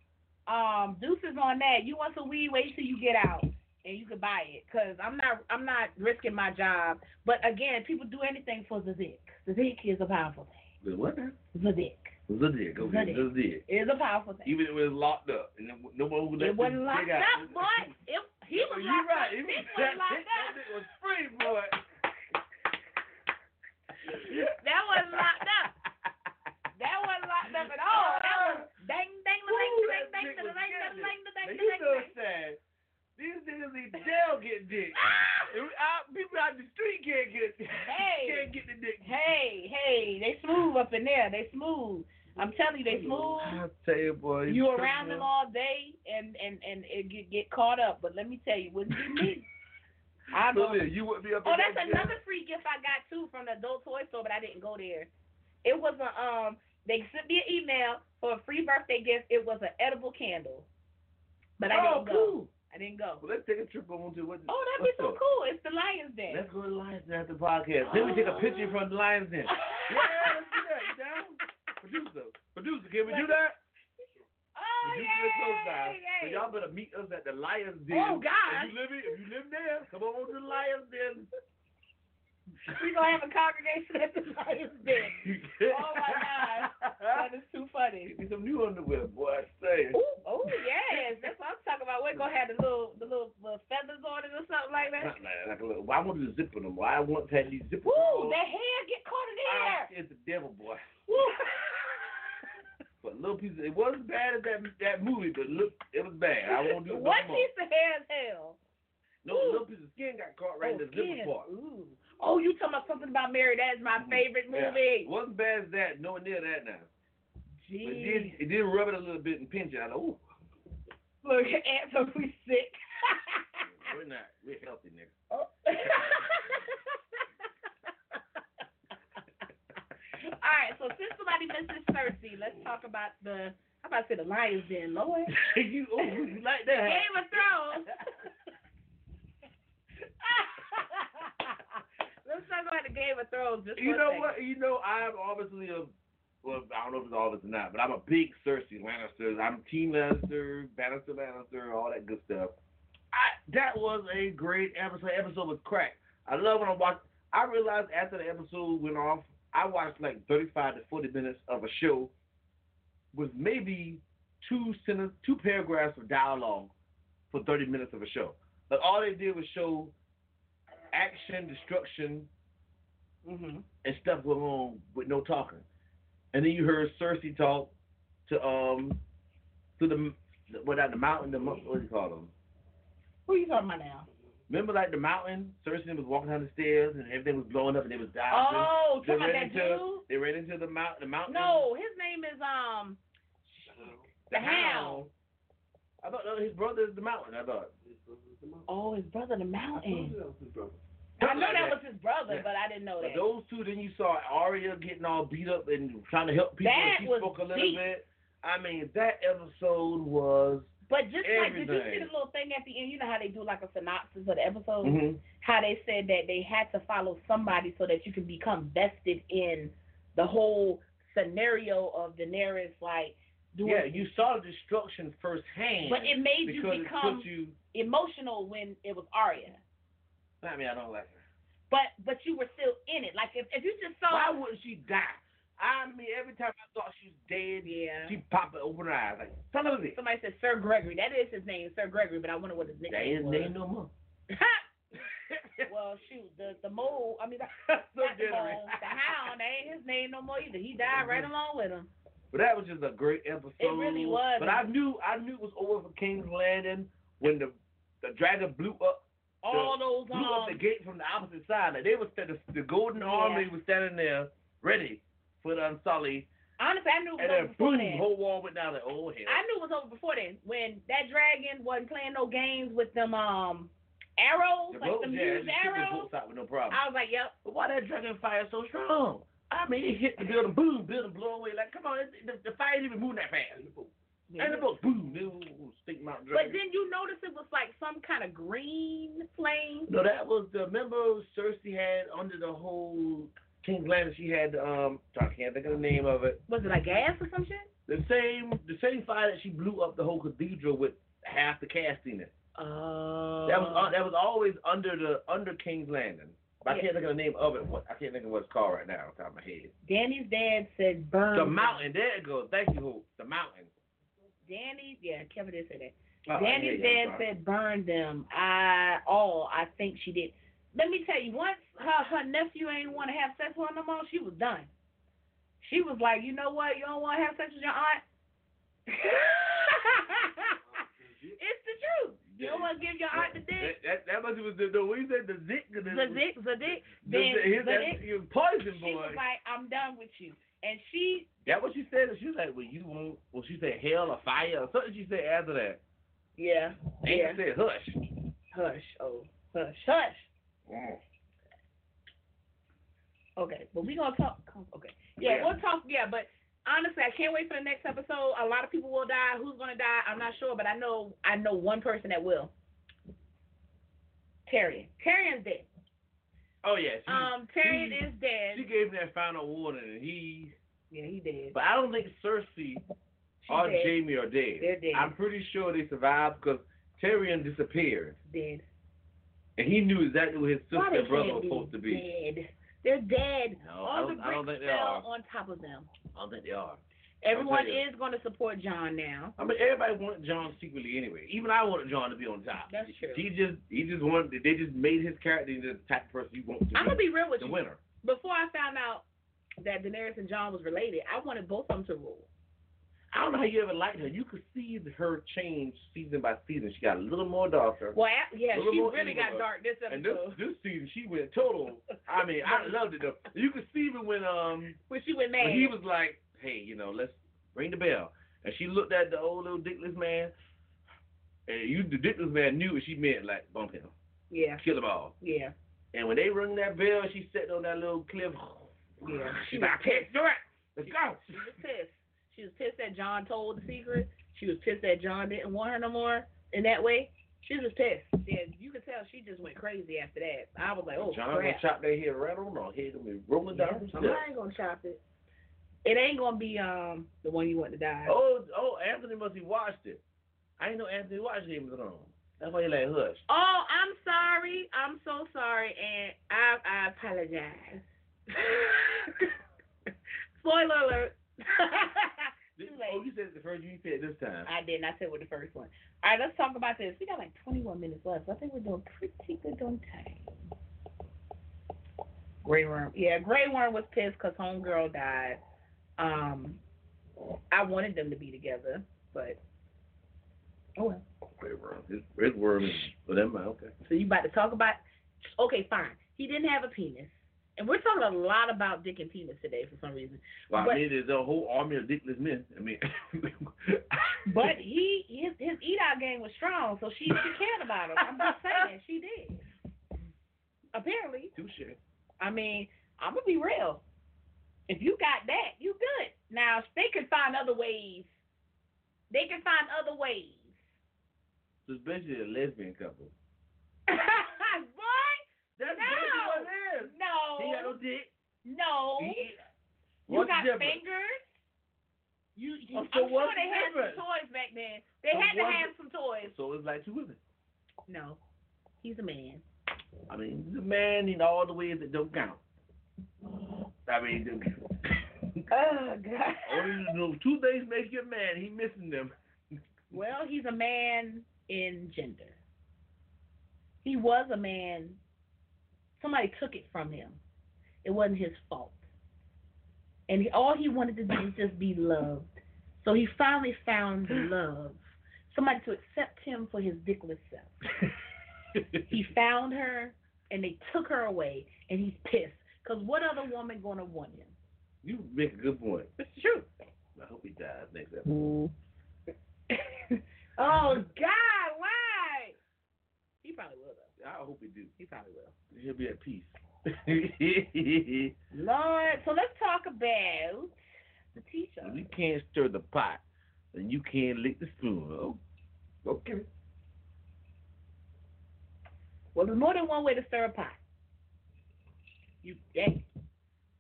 um, deuces on that. You want some weed? Wait till you get out, and you can buy it. Cause I'm not, I'm not risking my job. But again, people do anything for the dick. The dick is a powerful thing.
The what? now?
The dick
The dick. Okay,
Zodiac.
the dick.
is a powerful thing.
Even if it was locked up, and no- no one would let
it wasn't
them
locked
dig out.
up, but if he was
you
locked
right.
up,
It
this
was,
was
that,
locked
that
up.
dick was free, boy.
That wasn't locked up. That wasn't locked up at all. That was dang, dang, dang,
Ooh,
dang,
that
dang,
dick
dang,
was
dang, dang,
good. Now,
dang,
you
dang,
know
dang.
what's sad? These niggas in jail get dick. And we- our- people out the street can't get
Ah! Hey.
can't get the dick.
Hey, hey, they smooth up in there. They smooth. I'm telling you, they smooth.
I tell you, boy.
You around them all day and and and it get, get caught up. But let me tell you, wouldn't be me. I know.
Lillian, you wouldn't be up
Oh,
in
that's
that jail.
another free gift I got too from the adult toy store, but I didn't go there. It was a um. They sent me an email for a free birthday gift. It was an edible candle, but I
oh,
didn't go.
cool.
I didn't go.
Well, let's take a trip over to what.
Oh, that'd be
what's
so
up?
cool. It's the Lions Den.
Let's go to Lions Den after the podcast. Then we take a picture from the Lions Den. Yeah, let's do that. You down? Producer, producer, can we do that?
Oh
Producer, let's go down.
yeah.
So y'all better meet us at the Lions Den.
Oh, God.
If you live in, if you live there, come on over to the Lions Den.
We gonna have a congregation at the Lions Den. Oh, my
God.
That is too funny.
Give me some new underwear, boy. I say.
Ooh, oh yes, that's what I'm talking about. We're gonna have the little, the little, little feathers on it or something like that.
Not like, like a little, well, I wanted to zip on them. Well, I once had these zippers.
Ooh,
on.
that hair get caught in the air.
I scared the devil, boy.
Ooh.
But little piece, it wasn't bad as that that movie, but look, it was bad. I won't do it no
One
more.
piece of hair is hell.
No,
Ooh.
little piece of skin got caught
oh,
right in the zipper
skin.
part.
Ooh. Oh, you talking about something about Mary? That is my
Mhm.
favorite
Yeah.
movie.
Wasn't bad as that, nowhere near that now. But it
Jeez.
did, it did rub it a little bit and pinch it. I know, ooh,
Look, Aunt Sophie's sick.
we're not, we're healthy, nigga.
Oh. All right, so since somebody mentioned Cersei, let's talk about the. How about to say the Lions Den, Lord?
you, oh, you like that?
Game of Thrones. let's talk about the Game of Thrones. Just for
You
a
know
second.
what? You know, I'm obviously a. Well, I don't know if it's obvious or not, but I'm a big Cersei Lannister. I'm Team Lannister, Bannister Lannister, all that good stuff. I that was a great episode. Episode was crack. I love when I watch. I realized after the episode went off, I watched like 35 to 40 minutes of a show with maybe two sentence, two paragraphs of dialogue for 30 minutes of a show. But all they did was show action, destruction,
Mhm.
and stuff went on with no talking. And then you heard Cersei talk to um to the what that the mountain the mon- what do you call them?
Who you talking about now?
Remember like the mountain? Cersei was walking down the stairs and everything was blowing up and they was diving.
Oh,
they
talking about
ran
that
into
dude?
they ran into the mountain. The mountain.
No, his name is um.
the
the hound.
hound. I thought uh, his brother is the mountain. I thought.
Oh, his brother, the Mountain. I
Something
know
like
that was his brother,
Yeah.
but I didn't know
But
that.
those two, then you saw Arya getting all beat up and trying to help people.
That
and she
was
spoke a little
deep.
bit. I mean, that episode was.
But just like, did you see
Everything.
the little thing at the end? You know how they do like a synopsis of the episode?
Mhm.
How they said that they had to follow somebody so that you can become vested in the whole scenario of Daenerys, like doing.
Yeah, you saw the destruction firsthand.
but it made you
because
become
it put you.
emotional when it was Arya.
I mean, I don't like her.
but but you were still in it. Like if, if you just saw
Why wouldn't she die? I mean, every time I thought she was dead,
Yeah.
she popped up, open her eyes like, son of a bitch.
Somebody said Sir Gregory. That is his name, Sir Gregory, but I wonder what his
That ain't
nickname
his
was.
name no more.
well, shoot, the the mole. I mean, the,
so
not the
generous. Mm-hmm.
mole, the hound. That ain't his name no more either. He died right along with him.
But that was just a great episode.
It really was.
But I knew I knew it was over for King's Landing when the the dragon blew up
All those
blew up the
um.
gate from the opposite side. Like they was the, the golden
Yeah.
army was standing there ready for the unsullied.
Honestly, I knew it was
And
over
then
before
boom,
then.
whole wall went down like, oh hell.
I knew it was over before then. When that dragon wasn't playing no games with them um arrows,
the
like
boat,
them
yeah,
huge
she took the
arrows.
boats out with no problem.
I was like, yep.
But why that dragon fire so strong? I mean, it hit the building, boom, building blow away. Like, come on, it, the, the fire didn't even move that fast. And the boat, boom, it was sticking out
But
dragon.
then you notice it was like some kind of green flame.
No, that was the remember Cersei had under the whole King's Landing. She had um, I can't think of the name of it.
Was it like gas or some shit?
The same, the same fire that she blew up the whole cathedral with half the casting in it.
Uh,
That was uh, that was always under the under King's Landing. But I can't think of the name of it. What I can't think of what it's called right now off the top of my head.
Danny's dad said burn
The mountain. There it goes. Thank you, Hope. The mountain.
Danny, yeah, Kevin did say that.
Oh,
Danny's
yeah, yeah,
dad
I'm sorry.
said burn them. I all I think she did. Let me tell you, once her her nephew ain't want to have sex with her no more, she was done. She was like, you know what? You don't want to have sex with your aunt. it's the truth. You don't want to give your aunt the dick.
That, that, that must have been the we said the dick. The,
The dick, the dick,
The,
then
the, his,
the dick.
that, your poison
She
boy.
was like, I'm done with you. And she,
That what she said? She was like, "Well, you won't." Well, she said hell or fire or something. She said after that.
yeah,
And
yeah.
she said hush.
Hush, oh, hush, hush.
Mm.
Okay, but we gonna talk. Okay, yeah,
Yeah.
we'll talk. Yeah, but honestly, I can't wait for the next episode. A lot of people will die. Who's gonna die? I'm not sure, but I know I know one person that will. Tyrion. Tyrion's dead.
Oh yeah. She,
Um, Tyrion
he-
is dead.
she gave him that final warning, and he.
yeah, he dead.
But I don't think Cersei
She
or
dead.
Jamie are dead.
They're dead.
I'm pretty sure they survived because Tyrion disappeared,
dead.
and he knew exactly where his
Why
sister
they
and brother
can't
were
be
supposed to be.
Dead. They're dead.
No, I
All the
don't- I don't
bricks
think they
fell
are.
on top of them.
I don't think they are.
Everyone
you.
is going to support John now.
I mean, everybody wanted John secretly anyway. Even I wanted John to be on top.
That's true.
He just, he just wanted. They just made his character the type of person you want to
I'm gonna be real with
the
you.
winner.
Before I found out that Daenerys and John was related, I wanted both of them to rule.
I don't know how you ever liked her. You could see her change season by season. She got a little more darker.
Well, a- yeah,
Little
she
more
really
evil,
got
though.
dark this
And this
episode
this season she went total. I mean, I loved it though. You could see even when um
when she went mad.
when he was like, hey, you know, let's ring the bell, and she looked at the old little dickless man, and you the dickless man knew what she meant like bump him,
yeah,
kill him all.
yeah,
And when they rung that bell, she sat on that little cliff.
Yeah.
She like, I can't do it. Let's go.
she was pissed. She was pissed that John told the secret. She was pissed that John didn't want her no more in that way. She was pissed. Yeah, you could tell she just went crazy after that. I was like, oh
John
crap.
gonna chop that head right on or head gonna be rolling
Yeah,
down the
somebody
steps.
ain't gonna chop it. It ain't gonna be um the one you want to die.
Oh, oh, Anthony must have watched it. I didn't know Anthony watched it was on. That's why he like hush.
Oh, I'm sorry. I'm so sorry, and I I apologize. Spoiler alert.
This-
Too late.
Oh, you said it's the first you said this time.
I didn't. I said with the first one. All right, let's talk about this. We got like 21 minutes left. I think we're doing pretty good on time. Grey Worm. Yeah, Grey Worm was pissed because Homegirl died. Um, I wanted them to be together, but oh well.
Red worm. His red worm. Is, oh, that might okay.
So you about to talk about? Okay, fine. He didn't have a penis, and we're talking a lot about dick and penis today for some reason.
Well,
But-
I mean, there's a whole army of dickless men. I mean,
But he his his eat out game was strong, so she she cared about him. I'm just saying she did. Apparently,
touche.
I mean, I'm gonna be real. If you got that, you good. Now they can find other ways. They can find other ways.
So it's basically a lesbian couple.
what?
That's
No!
basically what it is. He got no
No,
dick.
no.
He-
You
What's
got
the difference?
fingers.
You, you
I'm
so
sure
what's
they
the
had
difference?
some toys back then. They
So
had to
what's
have some toys.
So it's like two women.
No, he's a man.
I mean, the man in all the ways that don't count. I mean, the,
Oh God.
only those two things make you a man. He missing them.
Well, he's a man in gender. He was a man. Somebody took it from him. It wasn't his fault. And he, all he wanted to do was just be loved. So he finally found love. Somebody to accept him for his dickless self. He found her and they took her away and he's pissed. Because what other woman going to want him?
you make a good point.
It's true.
I hope he dies next episode.
Mm.
oh, God, why? He probably will, though.
I hope he do.
He probably will.
He'll be at peace. we
Lord, so let's talk about the teacher.
can't stir the pot, and you can't lick the spoon. Oh, okay.
Well, there's more than one way to stir a pot. You if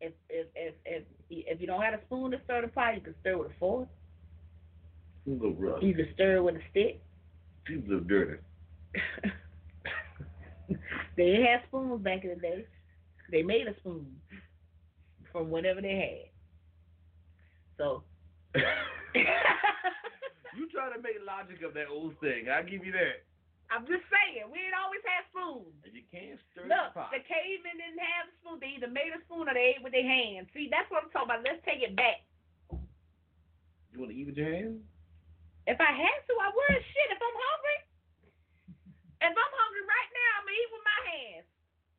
if if if if, if you don't have a spoon to stir the pot, you can stir with a fork.
She's a little rough.
You can stir with a stick.
She's a little dirty.
they didn't have spoons back in the day. They made a spoon from whatever they had. So.
you trying to make logic of that old thing. I'll give you that.
I'm just saying, we ain't always had spoons.
And you can't stir
Look,
the pot.
the cavemen didn't have a spoon. They either made a spoon or they ate with their hands. See, that's what I'm talking about. Let's take it back.
You want to eat with your hands?
If I had to, I would. Shit, if I'm hungry. If I'm hungry right now, I'm going to eat with my hands.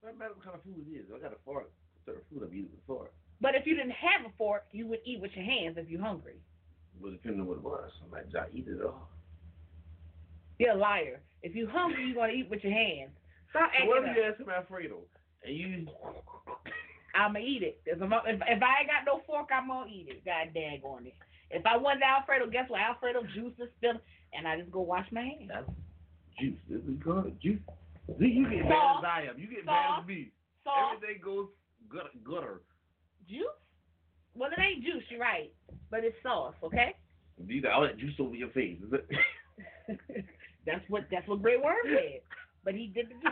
Doesn't matter what kind of food it is. I got a fork. Stir food. I'm eating with a fork.
But if you didn't have a fork, you would eat with your hands if you're hungry.
Well, depending on what it was, I might just eat it all.
You're a liar. If you're hungry, you're going to eat with your hands. Stop
So
acting
what if
up.
you ask about Alfredo? And you
I'm gonna eat it. If, I'm, if, if I ain't got no fork, I'm gonna eat it. God dang on it. If I wanted Alfredo, guess what? Alfredo juice is spilled, and I just go wash my hands.
that's juice. This is good juice. See, you get mad
Sauce.
as I am. You get
Sauce.
mad as me.
Salt,
Everything goes gutter. gutter.
juice. Well, it ain't juice. You're right, but it's sauce. Okay.
You got all that juice over your face. Is it?
that's what that's what Grey Worm did. But he did the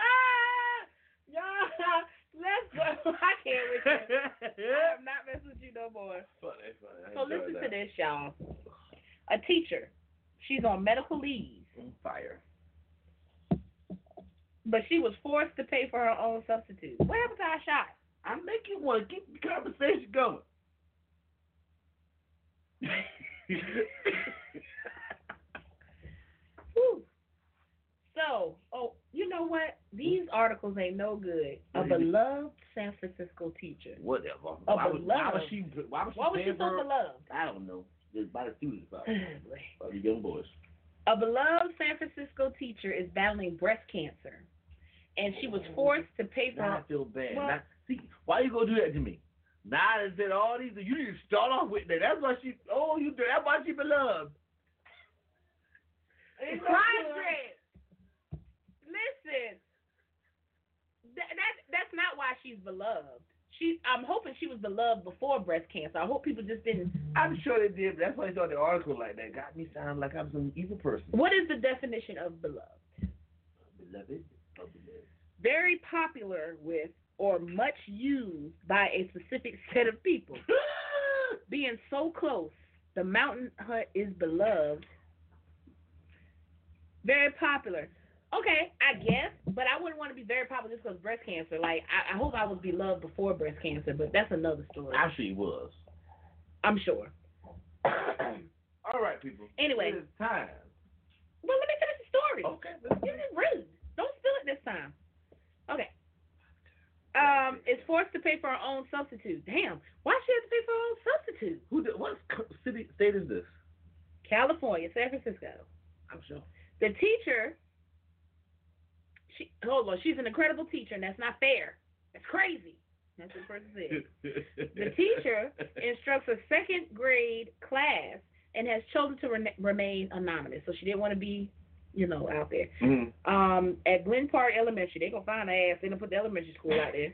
ah, y'all, let's go. I can't with you. I'm not messing with you no more.
funny, funny. I
So
enjoy
listen
that.
to this, y'all. A teacher, she's on medical leave,
I'm Fire.
but she was forced to pay for her own substitute. What happened to our shot?
I'm making one. Keep the conversation going.
Whew. So, oh, you know what? These articles ain't no good. A beloved San Francisco teacher.
Whatever.
Oh,
why, was, why was
beloved.
she? Why was she,
Why was she
paying
so
for her-
beloved?
I don't know. Just by the students, probably. by the young boys.
A beloved San Francisco teacher is battling breast cancer, and she
Oh.
was forced to pay for
Now I
her.
feel bad.
Well-
Now, see, why you gonna do that to me? Now I done said all these. You didn't start off with that. That's why she. Oh, you. That's why she beloved.
It's Listen, that, that that's not why she's beloved. She, I'm hoping she was beloved before breast cancer. I hope people just didn't.
I'm sure they did. but That's why I started the article like that. Got me sound like I'm some evil person.
What is the definition of beloved?
Beloved. Oh, beloved.
very popular with or much used by a specific set of people. Being so close, the mountain hut is beloved. Very popular. Okay, I guess, but I wouldn't want to be very popular just because breast cancer. Like, I, I hope I was beloved before breast cancer, but that's another story.
I'm sure he was.
I'm sure.
all right, people.
Anyway.
It is time.
Well, let me finish the story.
Okay. let's-
This is rude. Don't spill it this time. Okay. Um, is forced to pay for her own substitute. Damn, why she has to pay for her own substitute?
Who? Did, what c- city state is this?
California, San Francisco.
I'm sure.
The teacher, she hold on, she's an incredible teacher, and that's not fair. That's crazy. That's what the person said. The teacher instructs a second grade class and has chosen to re- remain anonymous, so she didn't want to be, you know, out there.
Mhm.
um, at Glen Park Elementary. They gonna find her ass. They gonna put the elementary school out there.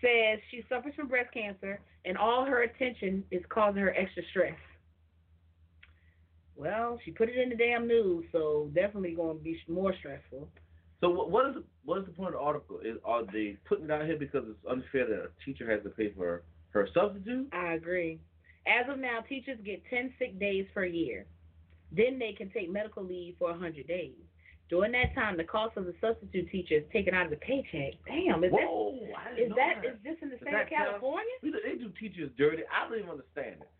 Says she suffers from breast cancer, and all her attention is causing her extra stress. Well, she put it in the damn news, so definitely going to be more stressful.
So what, what is what is the point of the article? Is are they putting it out here because it's unfair that a teacher has to pay for her substitute?
I agree. As of now, teachers get 10 sick days per year. Then they can take medical leave for 100 days. During that time, the cost of the substitute teacher is taken out of the paycheck. Damn, is
Whoa! I
that
didn't
is
know
that is this in the
Does
state
that
of
count?
California?
We do- they do teachers dirty. I don't even understand it.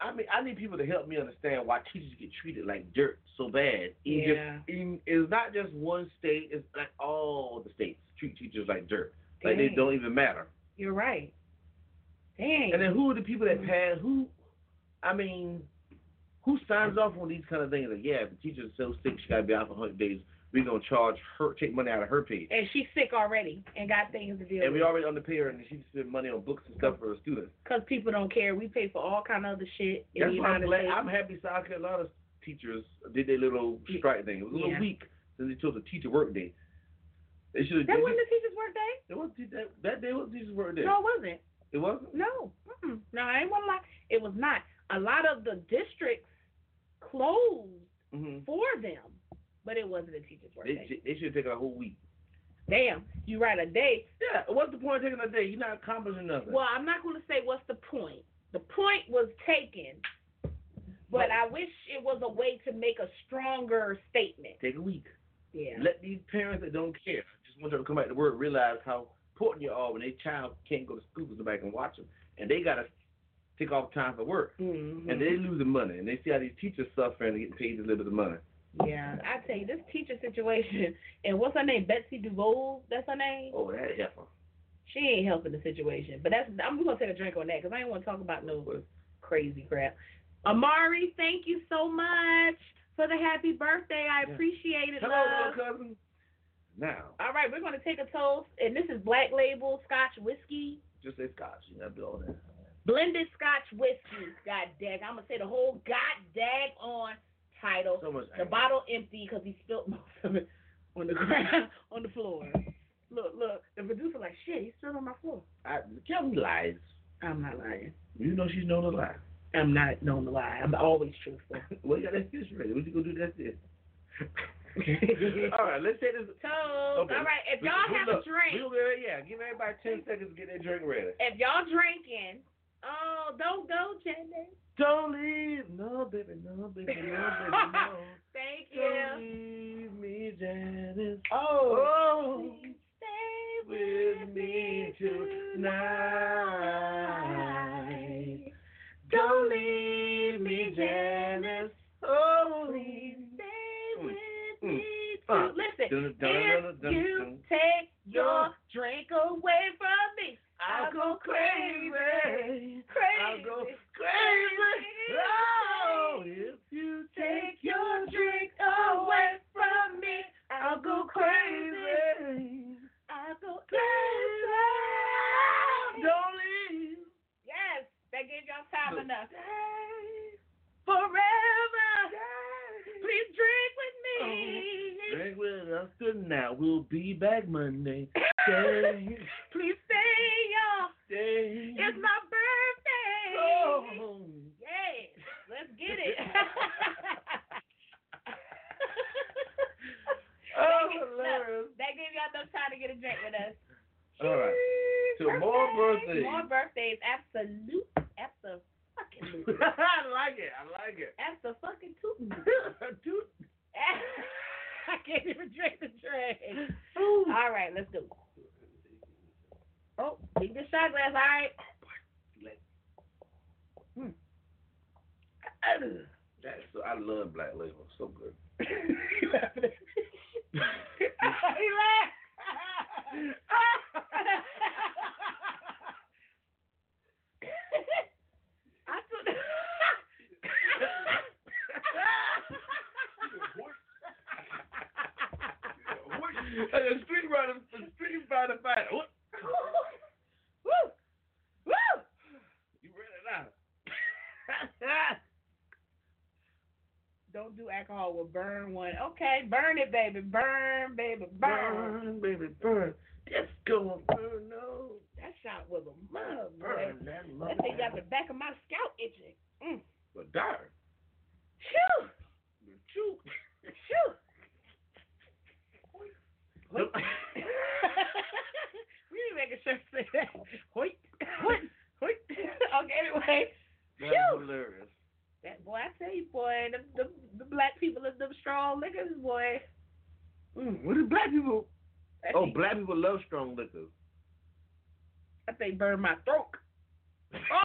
I mean, I need people to help me understand why teachers get treated like dirt so bad. In just-
Yeah.
in, it's not just one state. It's like all the states treat teachers like dirt. Like they
Dang.
don't even matter.
You're right. Dang.
And then who are the people that pass? Who, I mean, who signs off on these kind of things? Like, yeah, the teacher's so sick she gotta be out for 100 days. We're gonna charge her, take money out of her pay,
and she's sick already and got things to deal
and
with.
we already underpay her, and she spend money on books and stuff for her students.
Because people don't care. We pay for all kind of other shit in
That's
the
why I'm
United
glad.
States.
I'm happy South Carolina teachers did their little strike thing. It was a little
Yeah.
weak since they chose a teacher work day. They should have.
that wasn't the teacher's work day.
It was that, that day was teacher's work day.
No, it wasn't.
It wasn't.
No, mm-mm. no, I ain't one lie. It was not. A lot of the districts closed
hmm
for them, but it wasn't a teacher's work
They,
day.
should- they should take a whole week.
Damn, you write a day.
Yeah. What's the point of taking a day? You're not accomplishing nothing.
Well, I'm not going to say what's the point. The point was taken, but I wish it was a way to make a stronger statement.
Take a week.
Yeah.
Let these parents that don't care, just want them to come back to work, realize how important you are when their child can't go to school because nobody can watch them, and they gotta take off time for work,
Mhm.
and they losing money, and they see how these teachers suffering and getting paid a little bit of money.
yeah, I tell you this teacher situation, and what's her name? Betsy DuVoe. That's her name.
Oh, that heifer.
She ain't helping the situation. But that's I'm gonna take a drink on that because I ain't want to talk about no crazy crap. Amari, thank you so much for the happy birthday. I
Yeah.
appreciate it,
Hello,
love.
little cousin. Now,
All right, we're gonna take a toast, and this is Black Label Scotch whiskey,
just say Scotch. You gotta do all that.
blended Scotch whiskey. God dag, I'm gonna say the whole god dag on title.
So much.
The
anger.
bottle empty because he spilled most of it on the ground, on the floor. Look, look, the producer like shit. He spilled on my floor.
I, Kelly lies.
I'm not lying.
You know she's known to lie.
I'm not known to lie. I'm always truthful.
Well, you got that fish ready. What you gonna do that this? all right, let's take this.
Toes.
Okay.
All right. If
We-
y'all
we
have
look,
a drink,
We'll be right- yeah, give everybody 10 seconds to get their drink ready.
if y'all drinking, oh, don't go, Janet.
Don't leave. No, baby, no, baby, no, baby, no.
Thank
Don't
you.
leave me, Janice.
Oh.
Oh,
Please stay
with me Oh, tonight. Don't leave me, Janice. Oh,
Please stay
Mm,
with
mm,
me
uh,
tonight. Listen,
Dun, dun, dun,
if
dun,
you
dun.
take your
Yeah.
drink away from me,
I'll go crazy.
crazy.
I'll go crazy. Oh, if you
Take your drink away from me. I'll go crazy. I'll go crazy.
Don't leave.
Yes, that gave y'all time
Look.
enough. Forever. Please drink with me.
Drink with us tonight. We'll be back Monday. Stay,
Please stay, y'all.
stay.
It's my birthday.
Oh.
Yes, let's get it.
Oh,
Look,
hilarious.
that gave y'all enough time to get a drink with us.
All right. To more birthdays.
More birthdays. Absolute. After fucking.
I like it. I like it.
After fucking tootin'.
Dude.
I can't even drink the drink.
Ooh.
All right, let's go. Oh, take the shot glass. All right. Hmm.
That's so, I love Black Label. So good.
he laughed. I took.
And the street rider, the street rider fight. What?
Woo! Woo!
You read it out.
Don't do alcohol with burn one. Okay, burn it, baby. Burn, baby, burn.
baby, burn. That's going burn, no.
That shot was a mug, boy.
Burn that
That
mother.
thing got the back of my scalp itching. Mm.
But darn.
Phew!
sure say that. Hoit.
What?
Hoit.
okay, anyway.
That's
Phew.
hilarious.
That boy, I tell you, boy, the, the, the black people are them strong niggas, boy. Mm.
What do black people?
That
Oh,
shit-
black people love strong liquors.
That thing burned my throat.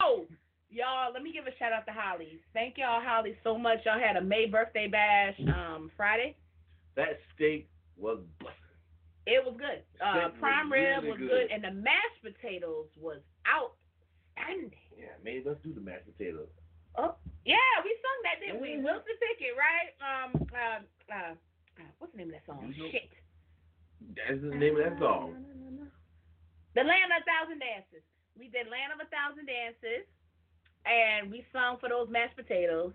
Oh, y'all, let me give a shout out to Holly. Thank y'all, Holly, so much. Y'all had a May birthday bash um Friday.
That steak was busting.
It was good. Uh,
Steak was
prime rib
really
was good.
good.
and the mashed potatoes was outstanding.
Yeah, maybe let's do the mashed potatoes.
Oh, Yeah, we sung that, didn't we?
Mhm.
Wilson Pickett, right? Um, um, uh, uh, what's the name of that song?
You know-
Shit.
That's the name of that song.
The Land of a Thousand Dances. We did Land of a Thousand Dances, and we sung for those mashed potatoes.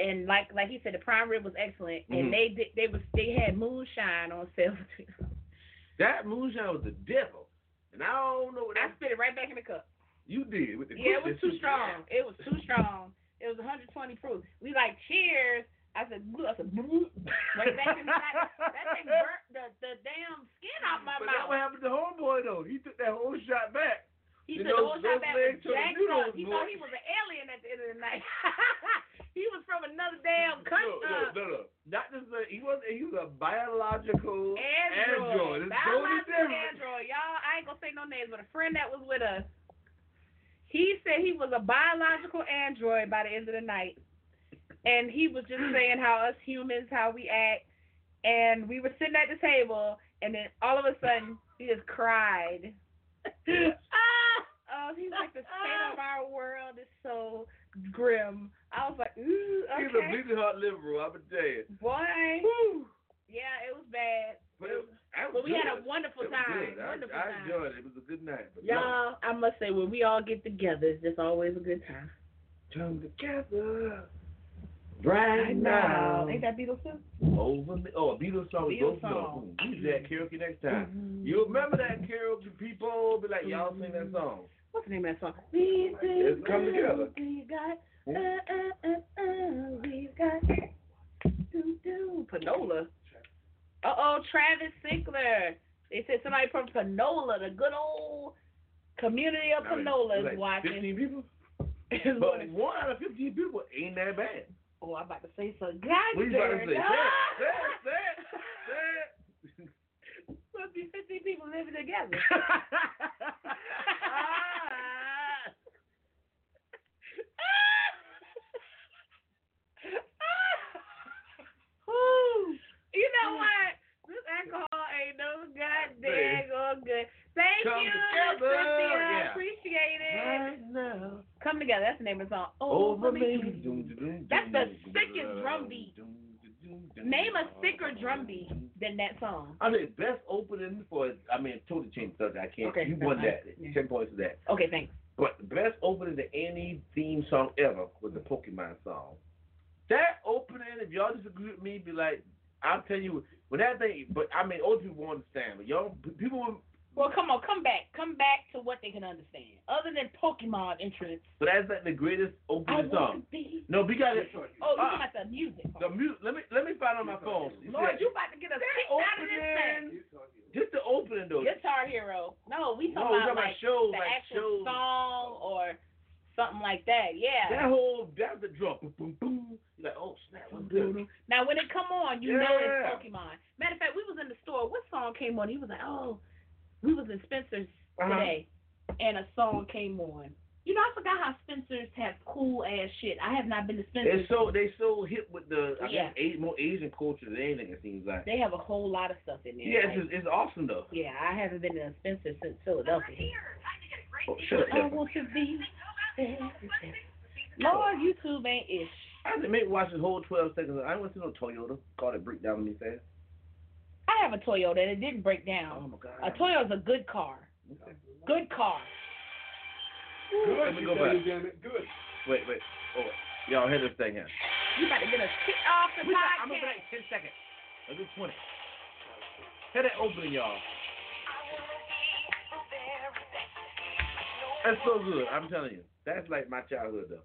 And like like he said, the prime rib was excellent,
Mhm.
and they did they was they had moonshine on sale.
That moonshine was the devil, and I don't know what
I
that
spit it right back in the cup.
you did with the.
Yeah, it was
quickness
too
you
strong.
had.
It was too strong. It was 120 proof. We like cheers. I said, "Blue," I said, "Blue." Right back in the back. that thing burnt the, the damn skin off my
But that what
mouth.
happened to homeboy though. He took that whole shot back.
He "Oh, took the
you know,
whole
those
shot back and
legs to the
jacked
noodles,
up. He
boy.
thought he was an alien at the end of the night. he was from another damn country.
No, no, no, no. Not just a, he was he was a biological
Android.
Android. It's totally
Biological
different.
Android. Y'all, I ain't gonna say no names, but a friend that was with us, he said he was a biological android by the end of the night. And he was just saying how us humans, how we act. And we were sitting at the table, and then all of a sudden, he just cried. ah! Oh, he's like, the state of our world is so grim. I was like, ooh,
He's a
okay.
bleeding heart liberal. I'm gonna tell you.
Boy.
Whew.
Yeah, it was bad.
But, it, I
But we
enjoyed
had a
it.
wonderful
It was
time.
good. I,
Wonderful
I
time.
enjoyed it. It was a good night. But no.
Y'all, I must say, when we all get together, it's just always a good time.
come together right now.
Ain't that Beatles too?
Over me. Oh, a Beatles song is
Beatles
over
song. Mm-hmm.
me. We do that karaoke next time. You remember that karaoke? People be like, y'all sing that song.
What's the name of that song?
It's come together. Hmm?
We got,
Mm-hmm.
uh, uh, uh, uh, we got, do, do. Panola.
Uh oh, Travis Sinkler. They said somebody from Panola, the good old community of
I mean,
Panola, is
like
watching.
Fifteen people. But
Lord,
one out of fifteen people ain't that bad.
oh, I'm about to say something.
What
God
you about to
darn
say?
it.
That, that,
Must be 50 people living together.
that,
you know
Mm.
what? This alcohol ain't no goddamn all good. Thank
Come
you,
together.
Cynthia.
Yeah.
Appreciate it.
right now.
Come together. That's the name of the song. Oh,
Over
Over me.
me.
That's the sickest drum beat. Name a sicker drum beat than that song.
I mean, best opening for I mean, totally changed the subject. I can't.
Okay,
you won
that's
that. Ten points for that.
Okay, thanks.
But the best opening to any theme song ever was the Pokemon song. That opening, if y'all disagree with me, be like, I'll tell you when that thing. But I mean, old people won't understand. But y'all, people, won't-
Well, come on, come back, come back to what they can understand. Other than Pokemon entrance,
but that's like the greatest
I
opening
want
song.
to be.
No, we got it.
Oh, you
um, Ah.
talking about the music?
The music. Let me let me find on my phone. You see
Lord,
that?
you about to get us
that
kicked out of this
opening. Just the opening though.
thing. Guitar Hero. No, we
no,
talking
we
about
talking
like
about shows,
the
like
actual
shows.
song or something like that.
That
Yeah.
whole that's the drum. Boom, boom, boom. You're like, oh snap, I'm good.
Now when it come on, you know
Yeah.
it's Pokemon. Matter of fact, we was in the store. What song came on? He was like, oh, we was in Spencer's
Uh-huh.
today, and a song came on. You know, I forgot how Spencer's have cool ass shit. I have not been to Spencer's.
It's so they so hip with the I
Yeah.
think a, more Asian culture than anything it seems like.
They have a whole lot of stuff in there.
Yeah,
like-
it's, it's awesome though.
yeah, I haven't been to a Spencer since Philadelphia.
Oh, shut up,
I
Devin.
want to be there. Lord, YouTube ain't ish.
I had to make watch this whole twelve seconds. I didn't want to see no Toyota. Called it breakdown when you said.
I have a Toyota and it didn't break
Oh
down.
my god.
A Toyota's a good car. Good car.
Good. Let me go back. Wait, wait. Oh, wait. y'all hear this thing here.
You about to get us kicked off the
We got, I'm gonna be
podcast.
like ten seconds. Let's do twenty. Hear that opening, y'all. That's so good. I'm telling you. That's like my childhood though.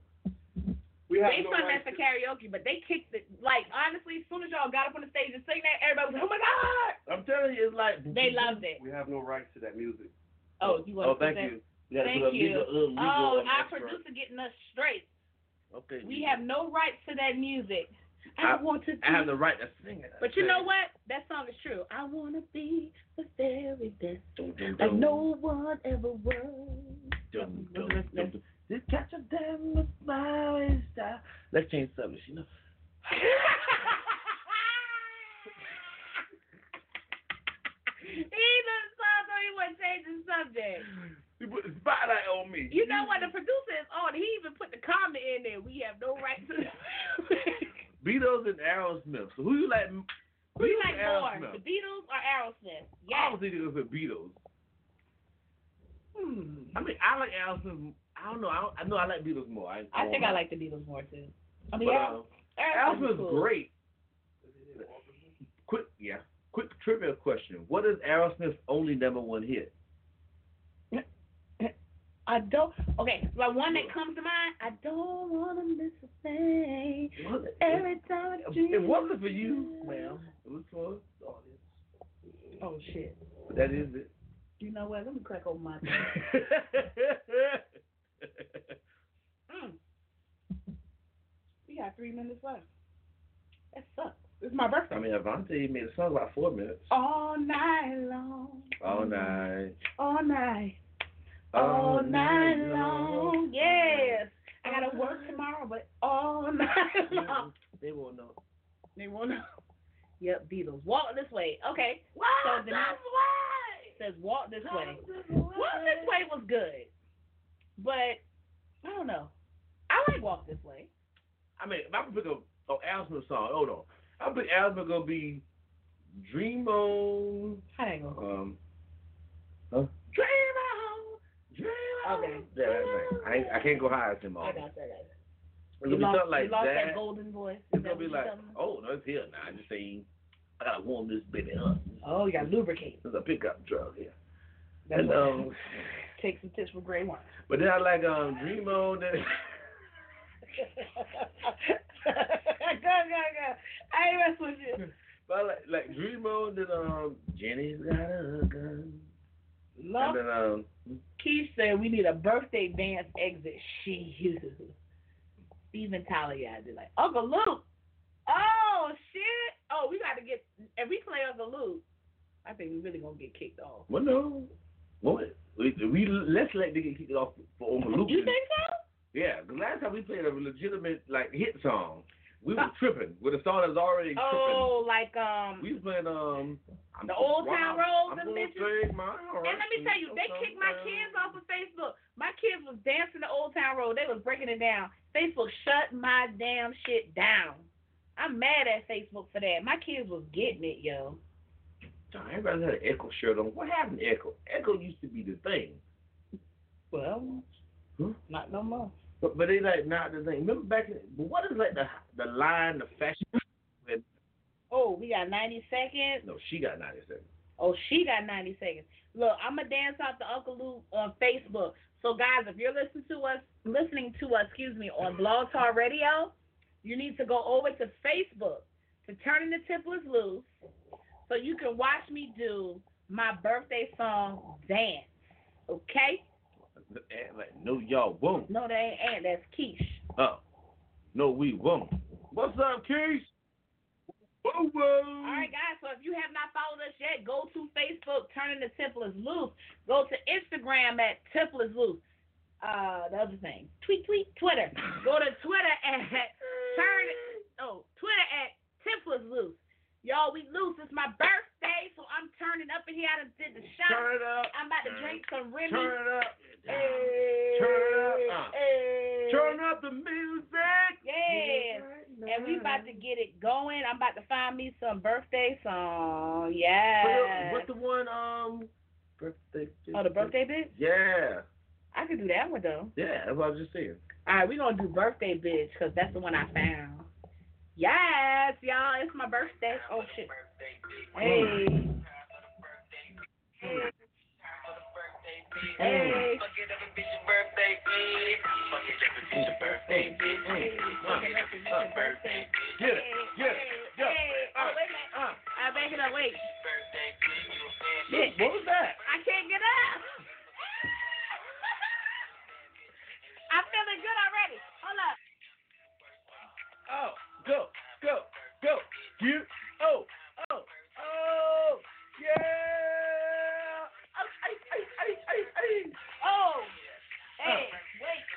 They sung that for karaoke, but they kicked it. Like honestly, as soon as y'all got up on the stage and sang that, everybody was like, "Oh my god!"
I'm telling you, it's like
They loved it.
We have no rights to that music.
Oh, you want
Oh,
to
thank
put that?
you. We gotta
Thank
put a
you.
legal, a little legal
Oh,
um,
our
extra.
producer getting us straight.
Okay.
We
legal.
have no rights to that music. I,
I-
want to.
I have
be-
the right to sing it.
But you know what? That song is true. I wanna be the very best,
Dum, dum,
like
dum,
no one ever was.
dum, dum, dum, dum. Just catch a damn with my style. Let's change subjects. You know.
Even so, so he wouldn't change the subject.
You put the spotlight on me.
You know what? The producer is on. He even put the comment in there. We have no right to.
Beatles and Aerosmith. So who you like? m-
Who you
Beatles
like
or
more,
Aerosmith?
the Beatles or Aerosmith?
I
Yes.
don't think it's the Beatles.
Hmm.
I mean, I like Aerosmith. I don't know. I, don't, I know I like Beatles more. I,
I think I like the Beatles more too. I
But,
mean, Aer-
um,
Aerosmith
Aerosmith's
is cool.
great. Quick, yeah. Quick trivia question: What is Aerosmith's only number one hit?
I don't. Okay, like one that comes to mind. I don't wanna miss a thing. Every time I dream.
It wasn't for you, ma'am. It was for the audience.
Oh shit.
But that is it.
You know what? Let me crack open my. Mm. We got three minutes left. That sucks. It's my birthday.
I mean, Avante made a song about four minutes.
All night long.
All night.
All night. All, night, long. Yes. I gotta work tomorrow, but all night long.
They won't know.
They won't know.
Yep, Beatles.
Walk this way. Okay.
What?
So the next
way.
Says walk this way. Walk
What
this way was good, but I don't know. I like walk this way.
I mean, if I could pick a oh, Aerosmith song, hold on. I think Aerosmith gonna be Dream On.
How that go?
Um, huh?
Dream on.
Dream On.
Okay.
Yeah, that's right. I, ain't- I can't go higher than
I
Marvin.
got that.
It's gonna be something like
you lost that.
that.
golden voice.
It's
That
gonna be
was
like,
something.
oh, no, it's here now. I just saying, I gotta warm this baby up.
oh, you got lubricate.
There's a pickup drug here.
That's
and um,
Take some tips from Grey One.
but then I like um Dream On. That
go, go, go. I ain't mess with you.
but I like, like Dream On. Then um Jenny's got a gun.
Love
And then um
Keith said we need a birthday dance exit. She Steven Tyler, yeah, I did like Uncle Luke. Oh shit! Oh, we got to get if we play Uncle Luke, I think we really gonna get kicked off.
well no, what we, we let's let nigga kick it off for Oma Luke.
You think so?
Yeah, 'cause last time we played a legitimate like hit song, we were tripping with a song that was already tripping.
Oh, like um.
We was playing um I'm
The Old
wild.
Town Road,
I'm
them
gonna
bitches.
take my
And let me
horse
tell you,
to
they kicked my
somewhere.
kids off of Facebook. My kids was dancing to Old Town Road. They was breaking it down. Facebook shut my damn shit down. I'm mad at Facebook for that. My kids was getting it, yo.
Damn, everybody had an Echo shirt on. What happened to Echo? Echo used to be the thing,
Well,
Huh?
not no more.
but but they like not the thing. Remember back? In, but what is like the the line, the fashion?
Oh, we got 90 seconds.
No, she got ninety seven.
Oh, she got 90 seconds. Look, I'm gonna dance off the Uncle Luke on Facebook. So guys, if you're listening to us, listening to us, excuse me, on Blog Talk Radio, you need to go over to Facebook to turn the tipplers loose, so you can watch me do my birthday song dance. Okay?
And like, no, y'all won't.
No, that ain't Aunt. That's Keish.
Oh, no, we won't. What's up, Keys? Whoa, whoa.
All right, guys. So if you have not followed us yet, go to Facebook, Turning the Templars Loose. Go to Instagram at Templars Loose. Uh, the other thing, tweet, tweet, Twitter. Go to Twitter at Turn. Oh, Twitter at Templars Loose. Y'all, we loose. It's my birthday, so I'm turning up in here. I done did the shot.
Turn it up.
I'm about to drink some Remy.
Turn it up.
Hey,
Turn it up.
hey.
Turn up the music.
Yes. And we
Mm-hmm.
about to get it going. I'm about to find me some birthday song. Yeah.
What's the one? Um, birthday.
Oh, the birthday bitch?
Yeah,
I could do that one though.
yeah. That's what I was just saying.
All right, we're gonna do birthday bitch because that's the one I found. Yes, y'all, it's my birthday. Oh shit. Hey. Hey.
Hey, hey, hey. Get it, get it, get it.
Oh, wait a minute.
Uh,
I back it up. Wait.
what was that?
I can't get up.
Oh, You oh oh oh yeah. Ay, ay, ay, ay, ay, ay.
Oh, hey, wait.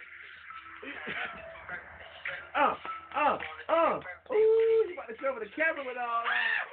Uh, uh, uh. Ooh, you about to cover the camera with all that.
Oh, E